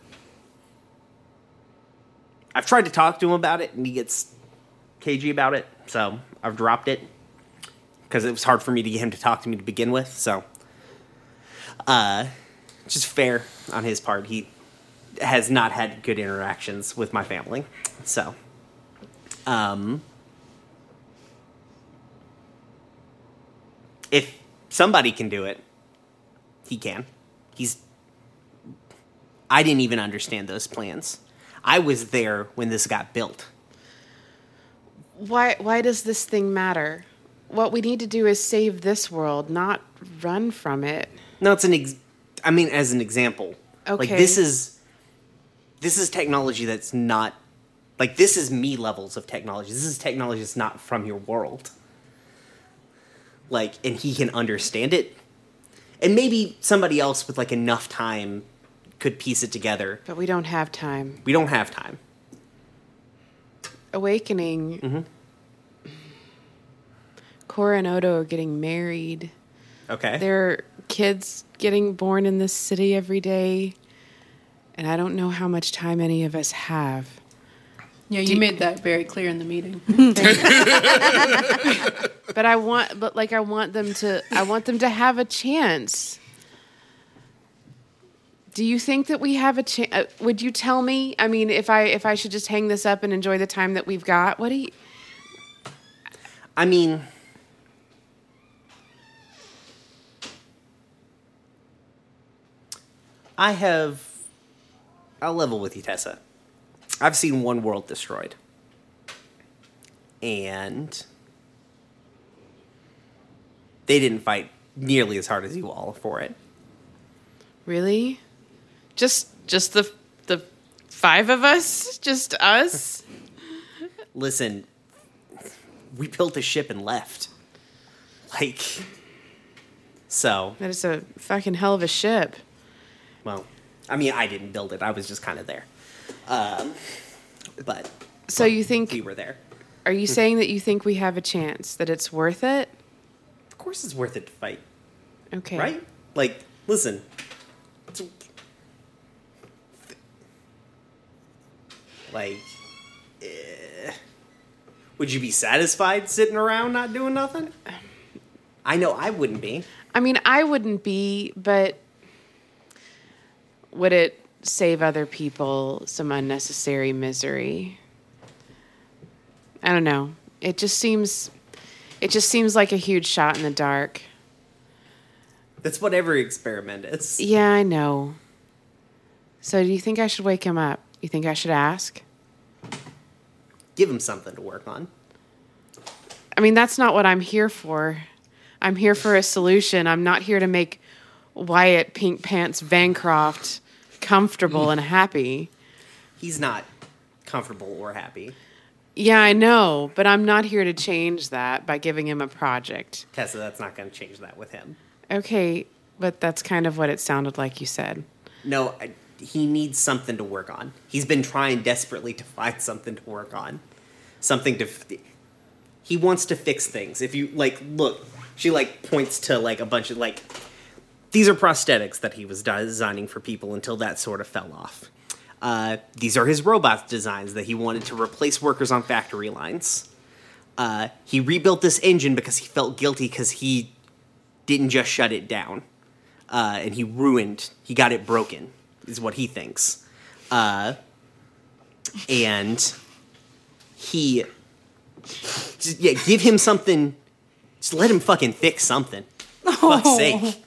S1: i've tried to talk to him about it and he gets cagey about it so i've dropped it because it was hard for me to get him to talk to me to begin with so uh just fair on his part he has not had good interactions with my family so um if somebody can do it, he can. He's. I didn't even understand those plans. I was there when this got built.
S6: Why why does this thing matter? What we need to do is save this world, not run from it.
S1: No, it's an. Ex- I mean, as an example, like
S6: Okay.
S1: this is. This is technology that's not, like this is me levels of technology. This is technology that's not from your world. Like, and he can understand it, and maybe somebody else with like enough time could piece it together.
S6: But we don't have time.
S1: We don't have time.
S6: Awakening. Cora and Odo are getting married.
S1: Okay.
S6: There are kids getting born in this city every day. And I don't know how much time any of us have.
S2: Yeah, you made that very clear in the
S6: (laughs)
S2: meeting. (laughs)
S6: But I want but like I want them to I want them to have a chance. Do you think that we have a chance? Uh, would you tell me? I mean, if I if I should just hang this up and enjoy the time that we've got, what do you?
S1: I mean, I have. I'll level with you, Tessa. I've seen one world destroyed. And. They didn't fight nearly as hard as you all for it.
S6: Really? Just just the the five of us, just us.
S1: Listen, we built a ship and left. Like. So.
S6: that is a fucking hell of a ship.
S1: Well, I mean, I didn't build it. I was just kind of there. Um, but
S6: So you
S1: we
S6: think?
S1: were there.
S6: Are you saying that you think we have a chance? That it's worth it?
S1: Of course, it's worth it to fight,
S6: Okay.
S1: right? Like, listen. it's- Like, eh, would you be satisfied sitting around not doing nothing? I know I wouldn't be.
S6: I mean, I wouldn't be, but would it save other people some unnecessary misery? I don't know. It just seems it just seems like a huge shot in the dark.
S1: That's what every experiment is.
S6: Yeah, I know. So do you think I should wake him up? You think I should ask?
S1: Give him something to work on.
S6: I mean, that's not what I'm here for. I'm here for a solution. I'm not here to make Wyatt Pink Pants Bancroft comfortable and happy.
S1: He's not comfortable or happy.
S6: Yeah, I know, but I'm not here to change that by giving him a project.
S1: Tessa, that's not going to change that with him.
S6: Okay, but that's kind of what it sounded like you said.
S1: No, I, he needs something to work on. He's been trying desperately to find (laughs) something to work on. Something to. F- he wants to fix things. If you, like, look, she, like, points to, like, a bunch of, like, these are prosthetics that he was designing for people until that sort of fell off. Uh, these are his robot designs that he wanted to replace workers on factory lines. Uh, he rebuilt this engine because he felt guilty because he didn't just shut it down uh, and he ruined he got it broken is what he thinks uh, and he just, yeah give him something just let him fucking fix something fuck's
S6: Oh.
S1: sake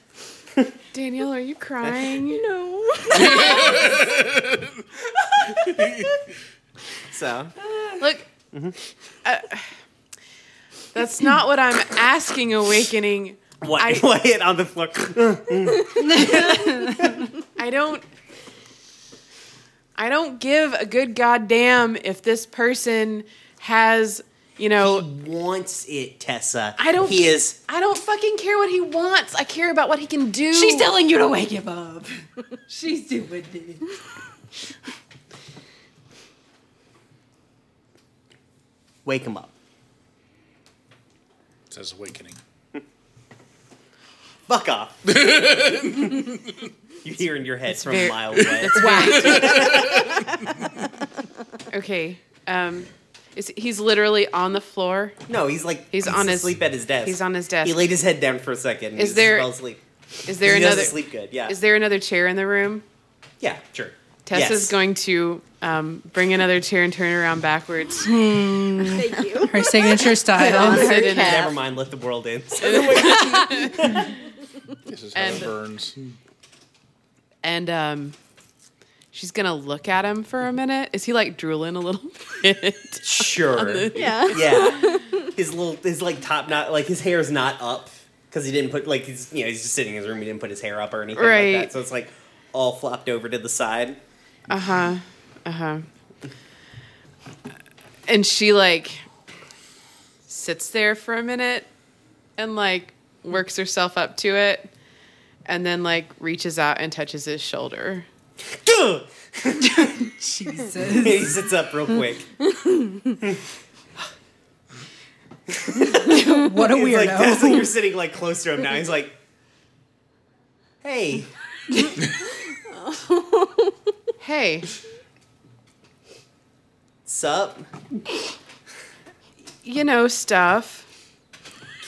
S6: Danielle, are you crying? no.
S1: so
S6: Look, uh, that's not what I'm asking, Awakening.
S1: (laughs) why
S6: I-
S1: lay it on the floor
S6: I don't. I don't give a good goddamn if this person has, you know,
S1: wants it tessa
S6: I don't.
S1: he is
S6: I don't fucking care what he wants. I care about what he can
S2: (laughs)
S6: do.
S2: She's telling you to wake him up. (laughs) She's doing it.
S1: wake him up
S8: Says awakening.
S1: fuck off you hear in your head from
S6: very-
S1: a mile
S6: (laughs)
S1: away
S6: (laughs) okay. Um, is he's literally on the floor?
S1: no he's like
S6: He's on his-
S1: asleep at his desk
S6: he's on his desk.
S1: he laid his head down for a second and
S6: Is
S1: he
S6: there-
S1: fell asleep
S6: Is there
S1: he
S6: another?
S1: doesn't sleep good yeah
S6: Is there another chair in the room?
S1: Yeah, sure.
S6: Tessa's
S1: Yes.
S6: going to um, bring another chair and turn around backwards.
S4: Thank you.
S2: Her signature (laughs) style.
S7: On her
S6: Sit in it.
S7: calf.
S1: Never mind, let the world
S6: (laughs)
S1: in.
S8: This is how
S6: And-
S8: it burns.
S6: and um, she's gonna look at him for a minute. Is he like drooling a little (laughs) bit?
S1: sure.
S3: Yeah.
S1: Yeah. His little, his like top knot, like his hair's not up because he didn't put like he's you know he's just sitting in his room. He didn't put his hair up or anything
S6: Right.
S1: like that. So it's like all flopped over to the side.
S6: Uh huh. Uh huh. And she like sits there for a minute and like works herself up to it, and then like reaches out and touches his shoulder. (laughs)
S1: Duh!
S2: Jesus.
S1: (laughs) he sits up real
S6: (laughs)
S1: quick.
S2: What a
S1: He's like,
S2: weirdo.
S1: Tessa, you're sitting like close to him now. He's like, hey,
S6: Hey,
S1: sup?
S6: you know stuff.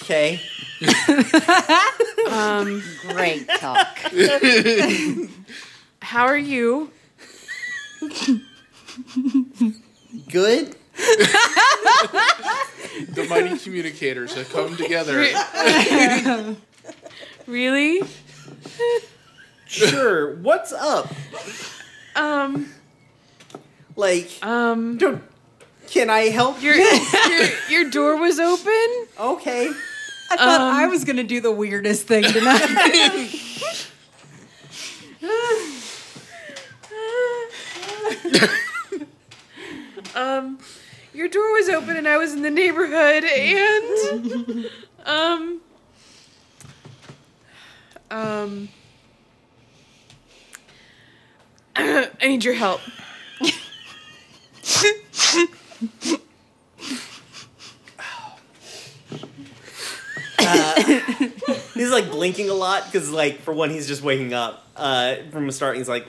S1: Okay.
S7: Great talk.
S6: How are you? (laughs)
S1: Good?
S8: The mighty communicators have come together.
S2: (laughs)
S8: (laughs)
S6: Really?
S1: Sure. What's up?
S6: Um,
S1: Like,
S6: um,
S1: don't, can I help you?
S6: your your, your door was open.
S1: Okay.
S2: I thought I was going to do the weirdest thing tonight.
S6: um, your door was open and I was in the neighborhood and um um (clears throat) I need your help.
S1: He's like blinking a lot because, like, for one, he's just waking up uh, from a start. He's like,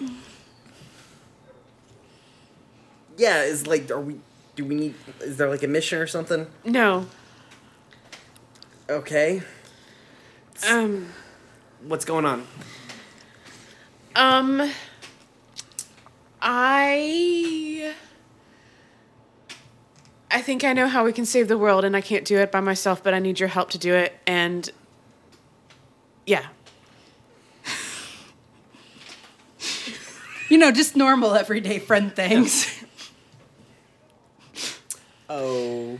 S1: "Yeah, is like, are we? Do we need? Is there like a mission or something?"
S6: No.
S1: Okay.
S2: else.
S1: What's going on?
S6: Um, I. I think I know how we can save the world, and I can't do it by myself, but I need your help to do it. And. Yeah.
S2: You know, just normal everyday friend things. (laughs)
S1: Oh.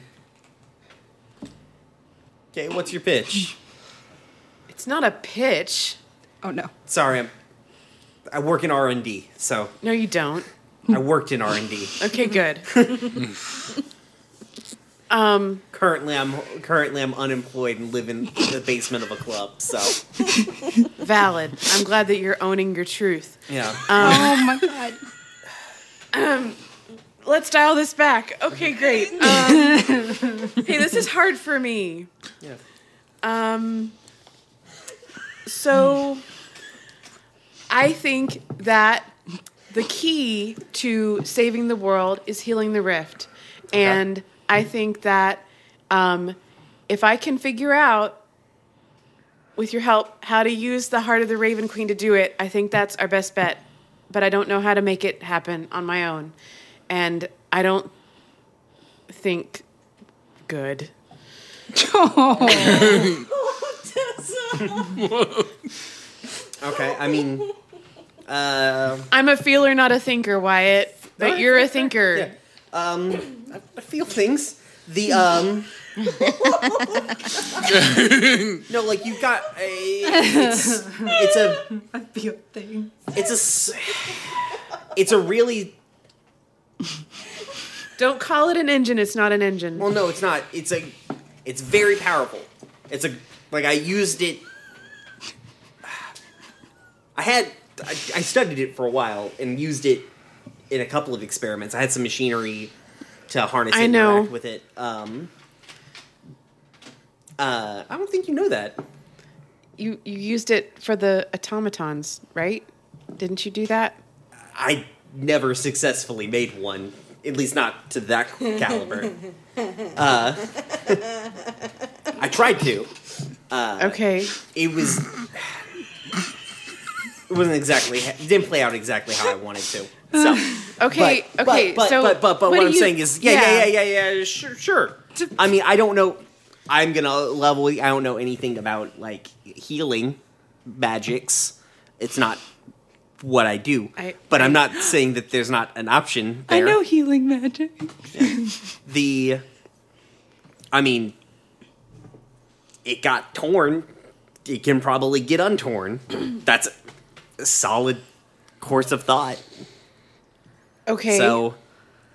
S1: Okay, what's your pitch?
S6: It's not a pitch.
S2: oh no.
S1: Sorry, I'm, I work in R and D, so
S6: No, you don't.
S1: I worked in R and D.
S6: Okay, good.
S1: Currently, I'm currently I'm unemployed and live in the basement of a club. So
S6: Valid. I'm glad that you're owning your truth.
S1: yeah,
S2: Oh my god.
S6: Let's dial this back. Okay, great. Um, hey, this is hard for me.
S1: yeah.
S6: Um, so I think that the key to saving the world is healing the rift. And I think that um, if I can figure out with your help how to use the heart of the Raven Queen to do it, I think that's our best bet. But I don't know how to make it happen on my own. And I don't think good.
S1: Okay, I mean, uh,
S6: I'm a feeler, not a thinker, Wyatt. But you're a thinker.
S1: yeah. Um, I, I feel things. The um. no, like you've got a. It's, it's a.
S2: (laughs) I feel things.
S1: It's a. s- It's a really
S6: Don't call it an engine. It's not an engine.
S1: Well, no, it's not. It's a, it's very powerful. It's a like I used it. I had I, I studied it for a while and used it in a couple of experiments. I had some machinery to harness it
S6: I
S1: and
S6: know.
S1: interact with it. Um, uh, I don't think you know that.
S6: you you used it for the automatons, right? Didn't you do that?
S1: I never successfully made one, at least not to that caliber. uh, I tried to. Uh,
S6: okay.
S1: it was it wasn't exactly it didn't play out exactly how I wanted to. So
S6: Okay.
S1: but,
S6: okay.
S1: but, but,
S6: so,
S1: but but but what,
S6: do
S1: I'm
S6: you-
S1: saying is yeah yeah yeah yeah yeah sure sure. I mean I don't know. I'm gonna level. I don't know anything about like healing magics. It's not what I do.
S6: I-
S1: but I'm not saying that there's not an option. There.
S2: I know healing magic.
S1: the i mean it got torn it can probably get untorn that's a solid course of thought
S6: Okay.
S1: so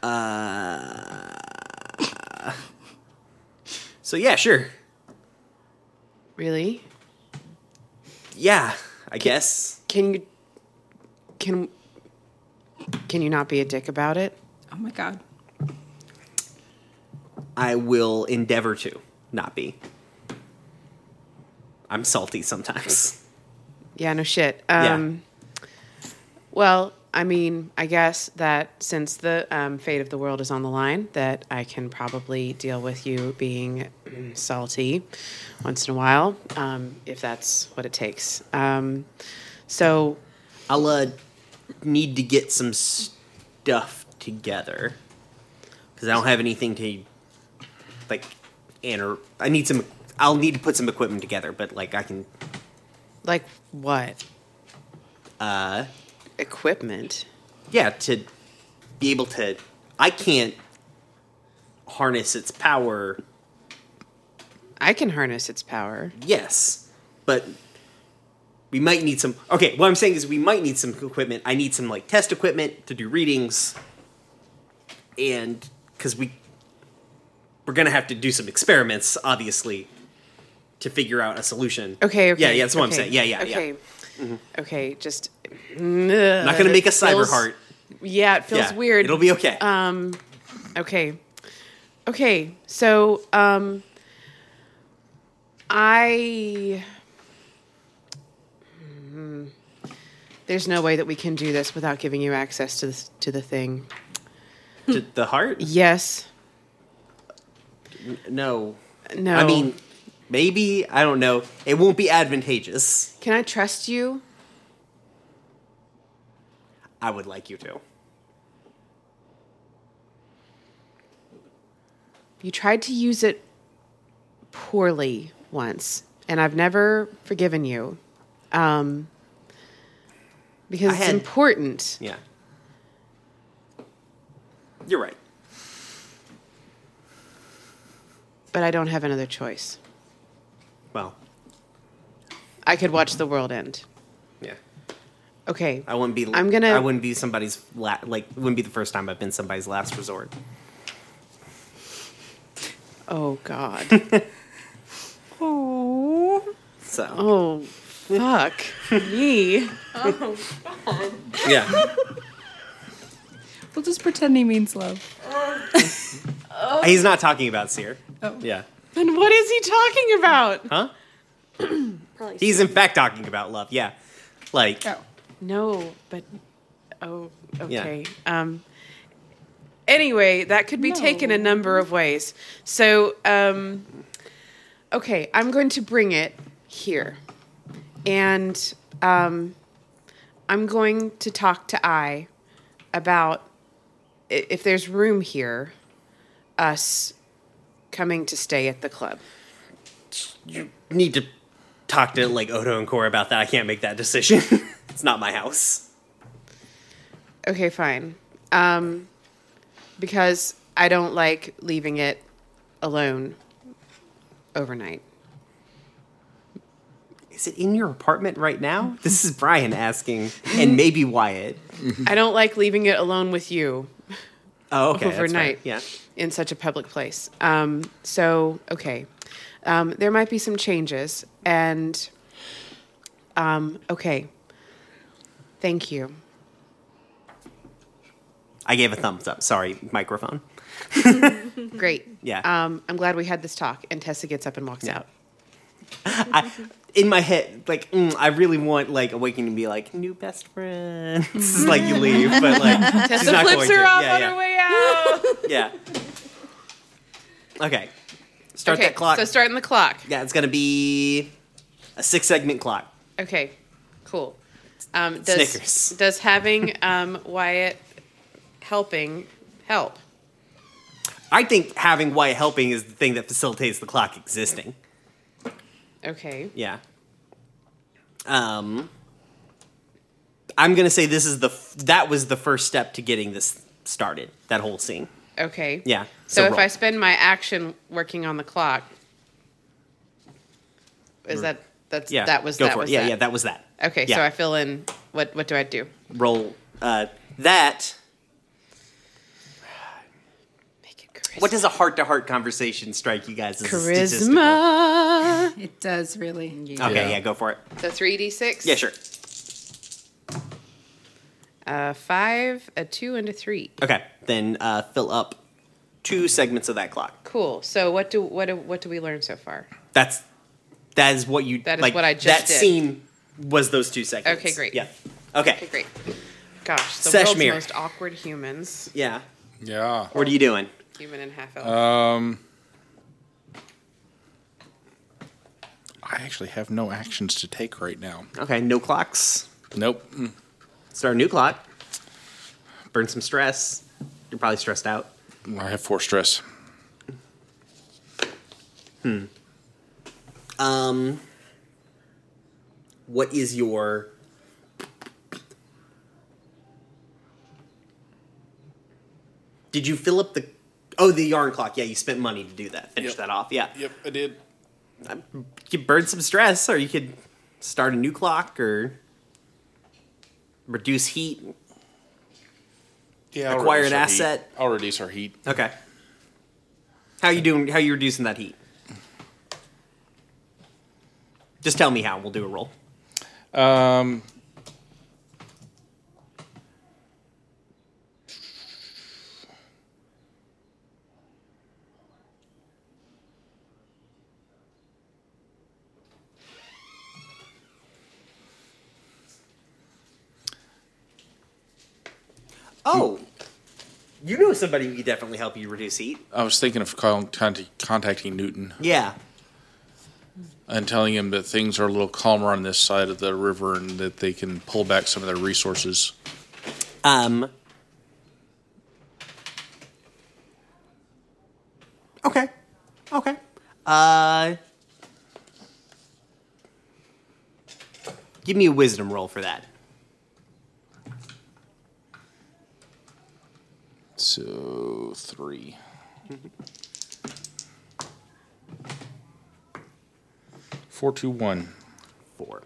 S1: uh so yeah sure
S6: really,
S1: yeah i guess
S6: can you can can you not be a dick about it?
S2: Oh my god.
S1: i will endeavor to not be i'm salty sometimes
S6: Yeah. No shit.
S1: Yeah.
S6: Um, Well, I mean, I guess that since the um, fate of the world is on the line, that I can probably deal with you being mm, salty once in a while, um, if that's what it takes. Um, so
S1: i'll uh, need to get some stuff together because I don't have anything to like enter. I need some. I'll need to put some equipment together, but like I can.
S6: Like what?
S1: uh
S6: Equipment.
S1: Yeah, to be able to. I can't harness its power.
S6: I can harness its power.
S1: Yes, but we might need some. Okay, what I'm saying is we might need some equipment. I need some like test equipment to do readings, and because we we're gonna have to do some experiments, obviously, to figure out a solution.
S6: Okay, okay.
S1: Yeah, yeah, that's what I'm
S6: okay,
S1: saying. Yeah, yeah,
S6: okay.
S1: yeah.
S6: Okay, just
S1: I'm not gonna make a cyber
S6: feels-
S1: heart.
S6: Yeah, it feels
S1: yeah,
S6: weird.
S1: It'll be okay.
S6: um okay. Okay. So, um I Hmm. There's no way that we can do this without giving you access to this, to the thing.
S1: To the heart?
S6: Yes.
S1: No.
S6: No.
S1: I mean, Maybe, I don't know. It won't be advantageous.
S6: Can I trust you?
S1: I would like you to.
S6: You tried to use it poorly once, and I've never forgiven you. Um, because
S1: I
S6: it's
S1: had-
S6: important.
S1: Yeah. You're right.
S6: but I don't have another choice.
S1: Well,
S6: I could watch the world end.
S1: yeah.
S6: Okay.
S1: I wouldn't be.
S6: I'm gonna-
S1: I wouldn't be somebody's. La- like, it wouldn't be the first time I've been somebody's last resort.
S6: oh God.
S1: So.
S6: oh fuck me. Oh. (laughs)
S1: Yeah.
S2: We'll just pretend he means love.
S6: Oh.
S1: He's not talking about Seer. Oh. Yeah.
S6: Then what is he talking about?
S1: Huh?
S4: Probably
S1: He's in fact talking about love. Yeah. Like.
S6: Oh.
S2: Oh,
S6: No, but oh
S1: Yeah.
S6: okay. Um. Anyway, that could be taken a number of ways. So, um, okay, I'm going to bring it here, and um, I'm going to talk to I about i- if there's room here, us coming to stay at the club.
S1: need to talk to like Odo and Cora about that. I can't make that decision. (laughs) it's not my house.
S6: Okay, fine. Um, because I don't like leaving it alone overnight.
S1: Is it in your apartment right now? This is Brian asking, and maybe Wyatt.
S6: I don't like leaving it alone with you
S1: Oh, okay. that's fair.
S6: overnight.
S1: Yeah.
S6: In such a public place. Um, so, okay. Um, there might be some changes. And, um, okay. Thank you.
S1: I gave a thumbs up. Sorry, microphone.
S6: Great.
S1: Yeah.
S6: Um, I'm glad we had this talk. And Tessa gets up and walks out.
S1: I, in my head, like mm, I really want like awakening to be like new best friends. (laughs) This is like you leave, but
S6: (laughs)
S1: like she's not
S6: flips
S1: going to.
S6: her off
S1: yeah,
S6: on
S1: yeah.
S6: her way out.
S1: yeah. Okay. Start
S6: okay,
S1: that clock.
S6: So, starting the clock.
S1: yeah, it's gonna be a six segment clock.
S6: Okay, cool. Um, does,
S1: Snickers. (laughs)
S6: Does having um, Wyatt helping help?
S1: I think having Wyatt helping is the thing that facilitates the clock existing.
S6: Okay.
S1: Yeah. Um, I'm gonna say this is the f- that was the first step to getting this started. That whole scene.
S6: Okay.
S1: Yeah,
S6: So,
S1: so
S6: if
S1: roll.
S6: I spend my action working on the clock, is that that's
S1: Yeah,
S6: that was
S1: go
S6: that
S1: for
S6: was
S1: it. Yeah,
S6: that.
S1: yeah, that was that.
S6: okay.
S1: yeah.
S6: So I fill in what what do I do?
S1: roll uh, that.
S6: Make it charisma.
S1: What does a heart to heart conversation strike you guys as a statistical-
S6: charisma?
S2: It does really.
S1: Okay,
S8: Yeah.
S1: yeah, go for it.
S6: So three d six.
S1: Yeah, sure.
S6: A Uh, five, a two, and a three.
S1: Okay, then uh, fill up two segments of that clock.
S6: Cool. So what do what do, what do we learn so far?
S1: That's that is what you
S6: That is
S1: like,
S6: what I just
S1: that
S6: did.
S1: scene was those two segments.
S6: Okay, great.
S1: Yeah. Okay.
S6: Okay, great. Gosh, the
S1: Seshmir.
S6: world's most awkward humans.
S1: Yeah.
S8: Yeah.
S1: What are you doing?
S6: Human and half elf.
S8: I actually have no actions to take right now.
S1: Okay, no clocks.
S8: Nope. Mm.
S1: Start a new clock. Burn some stress. You're probably stressed out.
S8: I have four stress.
S1: Um, what is your Did you fill up the Oh, the yarn clock. Yeah, you spent money to do that. Finish
S8: Yep.
S1: that off. Yeah.
S8: Yep, I did.
S1: You could burn some stress or you could start a new clock or reduce heat.
S8: Yeah.
S1: Acquire
S8: reduce
S1: an
S8: our
S1: asset.
S8: Heat. I'll reduce our heat.
S1: Okay. How you doing? How you reducing that heat? Just tell me how. We'll do a roll.
S8: Um.
S1: Oh, you know somebody who could definitely help you reduce heat.
S8: I was thinking of calling, conti- contacting Newton.
S1: Yeah.
S8: and telling him that things are a little calmer on this side of the river and that they can pull back some of their resources.
S1: Um. Okay. Okay. Uh. Give me a wisdom roll for that.
S8: So three. Four, two, one.
S1: Four.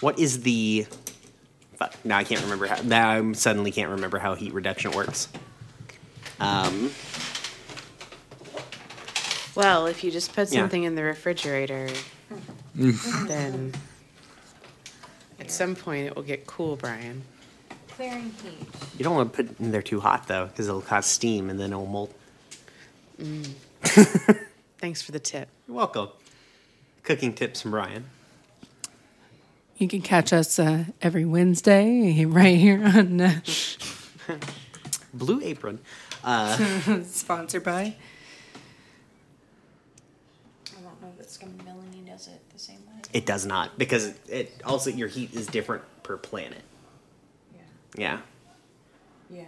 S1: What is the? Fuck. Now I can't remember how. Now I suddenly can't remember how heat reduction works. Um.
S6: Well, if you just put
S1: Yeah.
S6: something in the refrigerator, then at some point it will get cool, Brian.
S4: Clearing heat.
S1: You don't want to put it in there too hot though, because it'll cause steam and then it'll molt.
S6: Thanks for the tip.
S1: You're welcome. Cooking tips from Brian.
S2: You can catch us uh, every Wednesday (laughs) right here on uh,
S1: Blue Apron.
S2: sponsored by.
S4: I don't know if it's gonna Melanie does it the same way.
S1: It does not because it, it also your heat is different per planet. Yeah.
S4: Yeah. Yeah.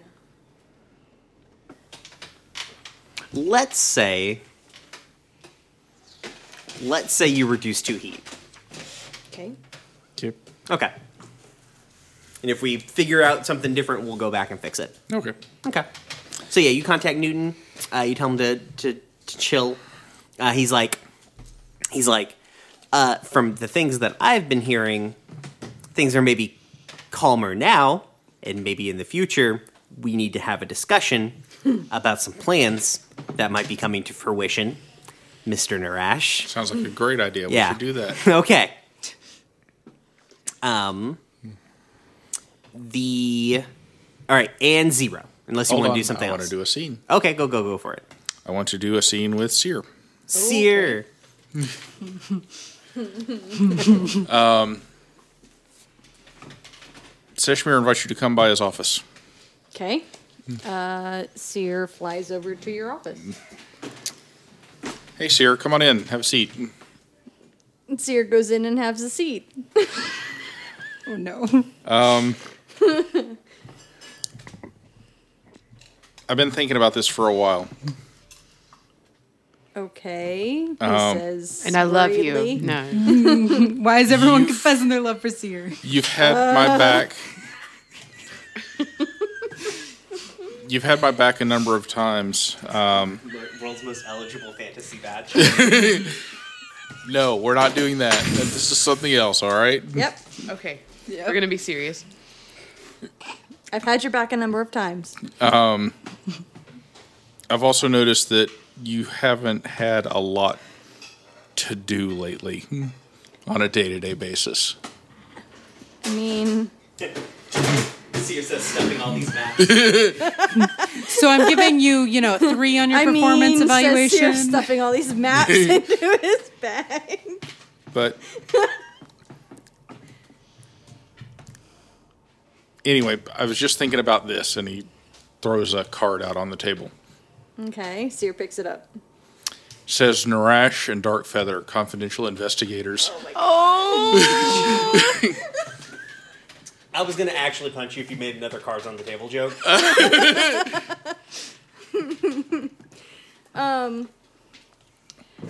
S1: Let's say. Let's say you reduce two heat.
S3: Okay.
S8: Okay.
S1: Okay. And if we figure out something different, we'll go back and fix it.
S8: Okay.
S1: Okay. So yeah, you contact Newton. Uh, you tell him to to, to chill. Uh, he's like, he's like, uh, from the things that I've been hearing, things are maybe calmer now, and maybe in the future we need to have a discussion about some plans that might be coming to fruition, Mister Narash
S8: Sounds like a great idea. We
S1: Yeah. (laughs)
S8: should do that.
S1: okay. Um. The. All right, and zero. Unless you
S8: Hold
S1: want
S8: on,
S1: to do something
S8: I
S1: else.
S8: want to do a scene.
S1: okay, go go go for it.
S8: I want to do a scene with Seer.
S1: Seer.
S8: Seshmir invites you to come by his office.
S4: Okay. Uh, Seer flies over to your office.
S8: Hey, Seer, come on in. Have a seat.
S4: Seer goes in and has a seat.
S2: Oh no. (laughs)
S8: I've been thinking about this for a while.
S4: Okay. He
S8: Um,
S4: says.
S6: And I love
S4: worriedly.
S6: you. No.
S2: Why is everyone confessing their love for Seer?
S8: You've had my back. You've had my back a number of times. Um,
S1: World's most eligible fantasy badge. (laughs)
S8: no, we're not doing that. This is something else, all right?
S4: Yep.
S6: (laughs) Okay. We're gonna be serious.
S4: I've had your back a number of times.
S8: I've also noticed that you haven't had a lot to do lately hmm, on a day to day basis.
S4: I mean,
S1: Seer says stuffing all these
S8: (laughs)
S1: maps.
S2: So I'm giving you, you know, three on your
S4: I
S2: performance
S4: mean, says Seer
S2: evaluation.
S4: stuffing all these maps into his bag.
S8: But anyway, I was just thinking about this, and he throws a card out on the table.
S4: Okay. Seer picks it up.
S8: Says Narash and Darkfeather, confidential investigators.
S6: Oh
S1: I was gonna actually punch you if you made another cards on the table joke.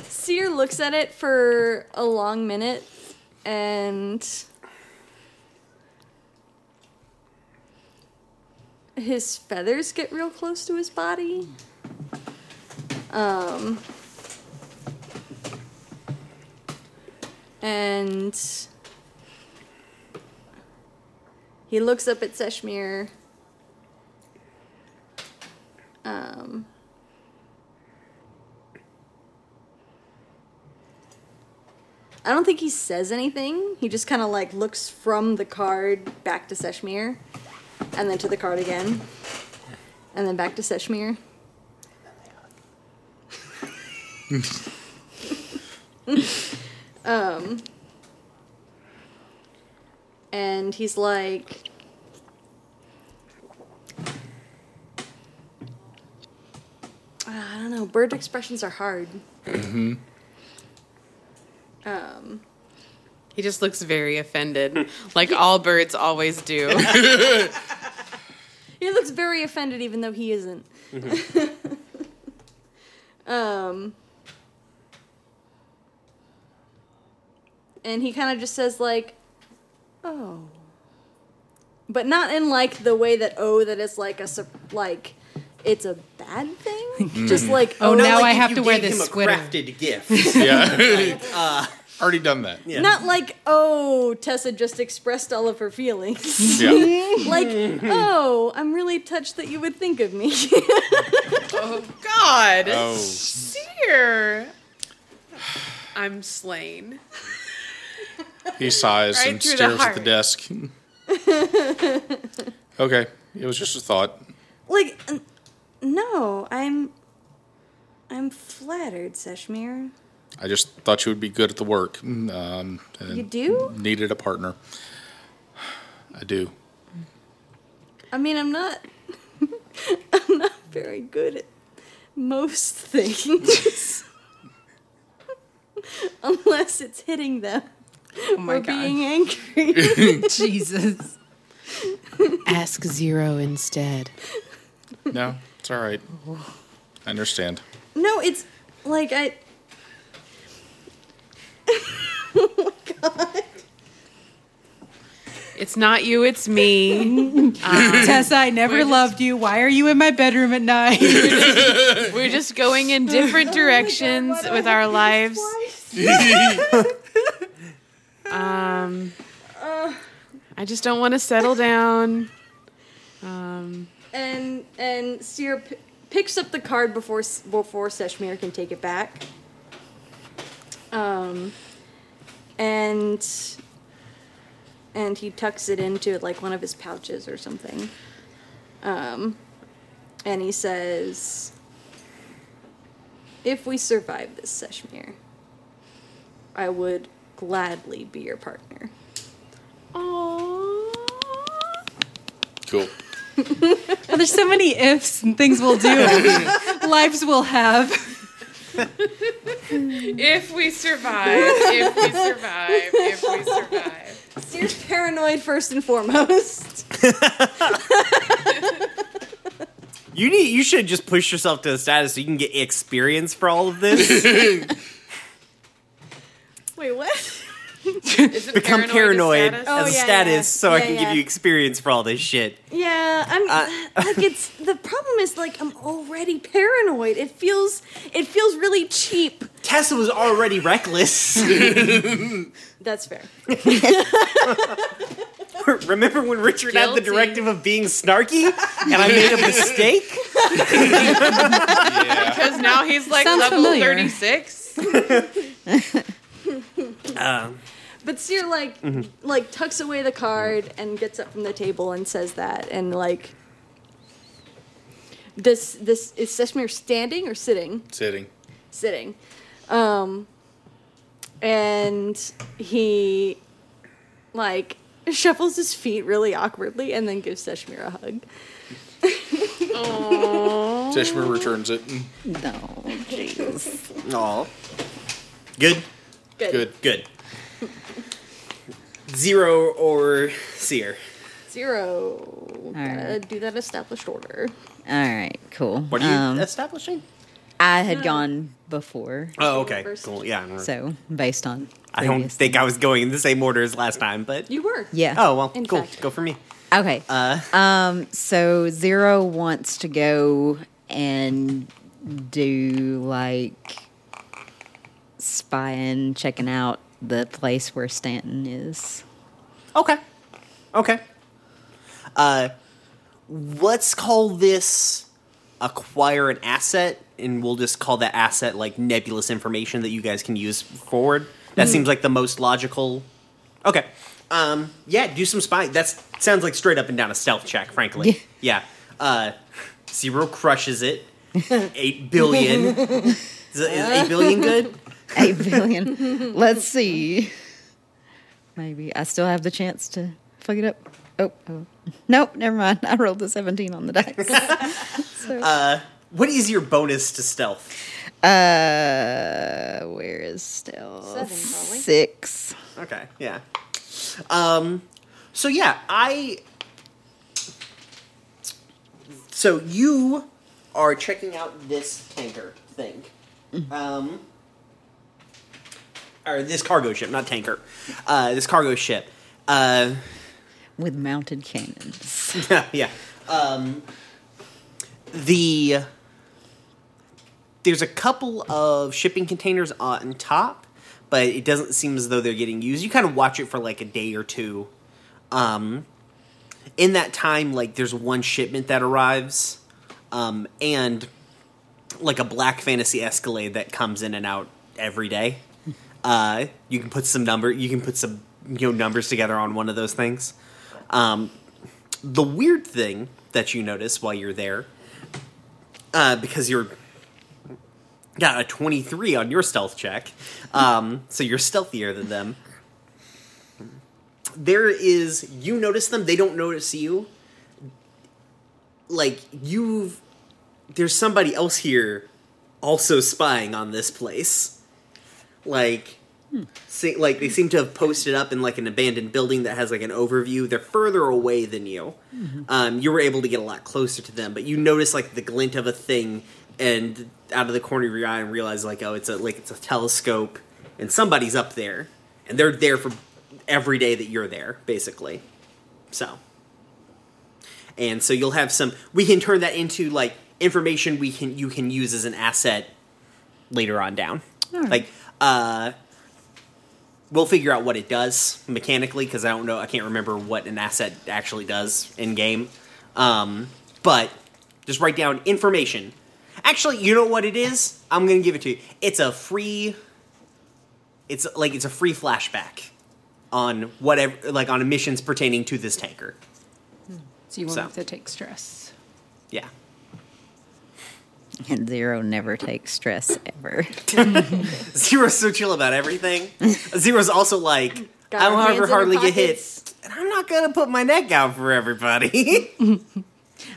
S4: Seer looks at it for a long minute and his feathers get real close to his body. Um and he looks up at Seshmir. Um I don't think he says anything. He just kind of like looks from the card back to Seshmir, and then to the card again, and then back to Seshmir. (laughs) um, and he's like, Ah, I don't know. Bird expressions are hard.
S6: He just looks very offended, like all birds always do. (laughs)
S4: He looks very offended, even though he isn't. (laughs) um, and he kind of just says like, "Oh," but not in like the way that "oh" that is like a sup- like it's a bad
S2: (laughs)
S4: thing. just like
S2: Oh,
S4: no,
S2: now
S4: like,
S2: I have
S9: you
S2: to wear
S9: gave
S2: this
S9: him a
S2: sweater.
S9: crafted gift.
S8: Yeah. (laughs)
S6: Uh,
S8: Already done that.
S9: Yeah.
S4: Not like oh, Tessa just expressed all of her feelings. (laughs)
S8: Yeah.
S2: (laughs)
S4: like oh, I'm really touched that you would think of me. (laughs)
S6: God,
S8: Oh.
S6: dear. I'm slain.
S8: He sighs
S6: Right
S8: and
S6: through the
S8: stares at the
S6: heart.
S8: desk.
S6: (laughs)
S8: okay, it was just a thought.
S4: Like, n- no, I'm. I'm flattered, Seshmir.
S8: I just thought you would be good at the work. Um, and
S4: You do?
S8: Needed a partner. I
S6: (laughs)
S8: do.
S4: I mean, I'm not. (laughs) I'm not very good at most things. (laughs) Unless it's hitting them
S2: Oh my
S4: or being angry.
S2: Jesus.
S6: Ask Zero instead.
S8: No, it's all right. I understand.
S4: No, it's like I.
S6: It's not you, it's me.
S2: Tessa, I never loved you. Why are you in my bedroom at night? (laughs)
S6: We're just going in different directions with our lives. (laughs) um, I just don't want to settle down. Um,
S4: And and Seer p- picks up the card before S- before Seshmir can take it back. Um, and and he tucks it into like one of his pouches or something. Um, and he says, "If we survive this, Seshmir, I would gladly be your partner."
S8: Cool.
S2: Well, there's so many ifs and things we'll (laughs) do, lives we'll have.
S6: if we survive, if we survive, if we survive.
S4: Seer's paranoid first and foremost.
S1: (laughs) You need. You should just push yourself to the status so you can get experience for all of this.
S4: Wait, what?
S6: Isn't
S1: Become paranoid,
S6: a status?
S4: Oh,
S1: as a
S4: yeah,
S1: status,
S4: yeah.
S1: so I
S4: Yeah,
S1: can
S4: yeah.
S1: give you experience for all this shit.
S4: Yeah, I'm
S1: Uh,
S4: (sighs) like it's the problem is like I'm already paranoid. It feels it feels really cheap.
S1: Tessa was already (laughs) reckless.
S4: That's fair.
S1: Remember when Richard had the
S6: Guilty.
S1: directive of being snarky, and I (laughs) made a mistake?
S8: Yeah.
S6: Because now he's like
S2: Sounds
S6: level
S2: familiar.
S6: 36.
S4: But Seer like like tucks away the card and gets up from the table and says that and like this this is Seshmir standing or sitting?
S8: Sitting.
S4: Sitting. Um and he like (laughs) shuffles his feet really awkwardly and then gives Seshmir a hug.
S8: Tishman returns it. Mm,
S7: No, jeez.
S1: Aw. Good,
S6: (laughs)
S8: Good.
S1: good. Zero or seer.
S4: Zero. Gotta
S7: right.
S4: do that established order.
S7: All right, cool.
S1: What are you
S7: Um,
S1: establishing?
S7: I had gone before,
S1: Oh, okay,
S4: First.
S1: cool. Yeah, I remember.
S7: so based on.
S1: I don't
S7: previous-
S1: think I was going in the same order as last time, but
S4: You were.
S7: Yeah.
S1: oh uh, well,
S4: In
S1: cool.
S4: fact.
S1: Go for me.
S7: Okay. um. So Zero wants to go and do like spying, checking out the place where Stanton is. (laughs)
S1: Okay, okay. Uh, let's call this acquire an asset, and we'll just call that asset like nebulous information that you guys can use forward. That seems like the most logical. Hmm. Okay. Um, yeah, do some spy. That sounds like straight up and down a stealth check, frankly. yeah. Uh, Zero crushes it. Eight (laughs) billion. is, is eight billion good?
S7: Eight billion. Let's see. Maybe I still have the chance to fuck it up. Oh, oh. nope. Never mind. I rolled the seventeen on the dice.
S1: What is your bonus to stealth?
S7: Uh, where is still six?
S1: Okay, yeah. Um, so yeah, I. So you are checking out this tanker thing, um, or this cargo ship, not tanker. Uh, this cargo ship. Uh,
S7: with mounted cannons.
S1: (laughs) yeah. Um, the there's a couple of shipping containers on top, but it doesn't seem as though they're getting used. You kind of watch it for like a day or two. Um, in that time, like there's one shipment that arrives, um, and like a black fantasy Escalade that comes in and out every day. Uh, you can put some number, you can put some you know numbers together on one of those things. Um, the weird thing that you notice while you're there, uh, because you're got a 23 on your stealth check, um, so you're stealthier than them. There is, you notice them, they don't notice you. Like, you've, there's somebody else here also spying on this place. Like, See, like they seem to have posted up in like an abandoned building that has like an overview. They're further away than you. Um, you were able to get a lot closer to them, but you notice like the glint of a thing, and out of the corner of your eye, and realize like oh, it's a like it's a telescope, and somebody's up there, and they're there for every day that you're there, basically. So, and so you'll have some. We can turn that into like information we can you can use as an asset later on down. Like uh we'll figure out what it does mechanically because I don't know, I can't remember what an asset actually does in game. Um, but just write down information. Actually, you know what it is? I'm gonna give it to you. It's a free. It's like it's a free flashback on whatever, like on missions pertaining to this tanker.
S2: So you won't
S1: So.
S2: have to take stress.
S1: Yeah. (laughs)
S7: And zero never takes stress ever.
S1: Zero's so chill about
S4: (laughs)
S1: everything. Zero's also like,
S4: Got
S1: I
S4: our
S1: don't
S4: hands
S1: ever
S4: in our
S1: hardly get hit,
S4: pockets.
S1: and I'm not gonna put my neck out for everybody. (laughs)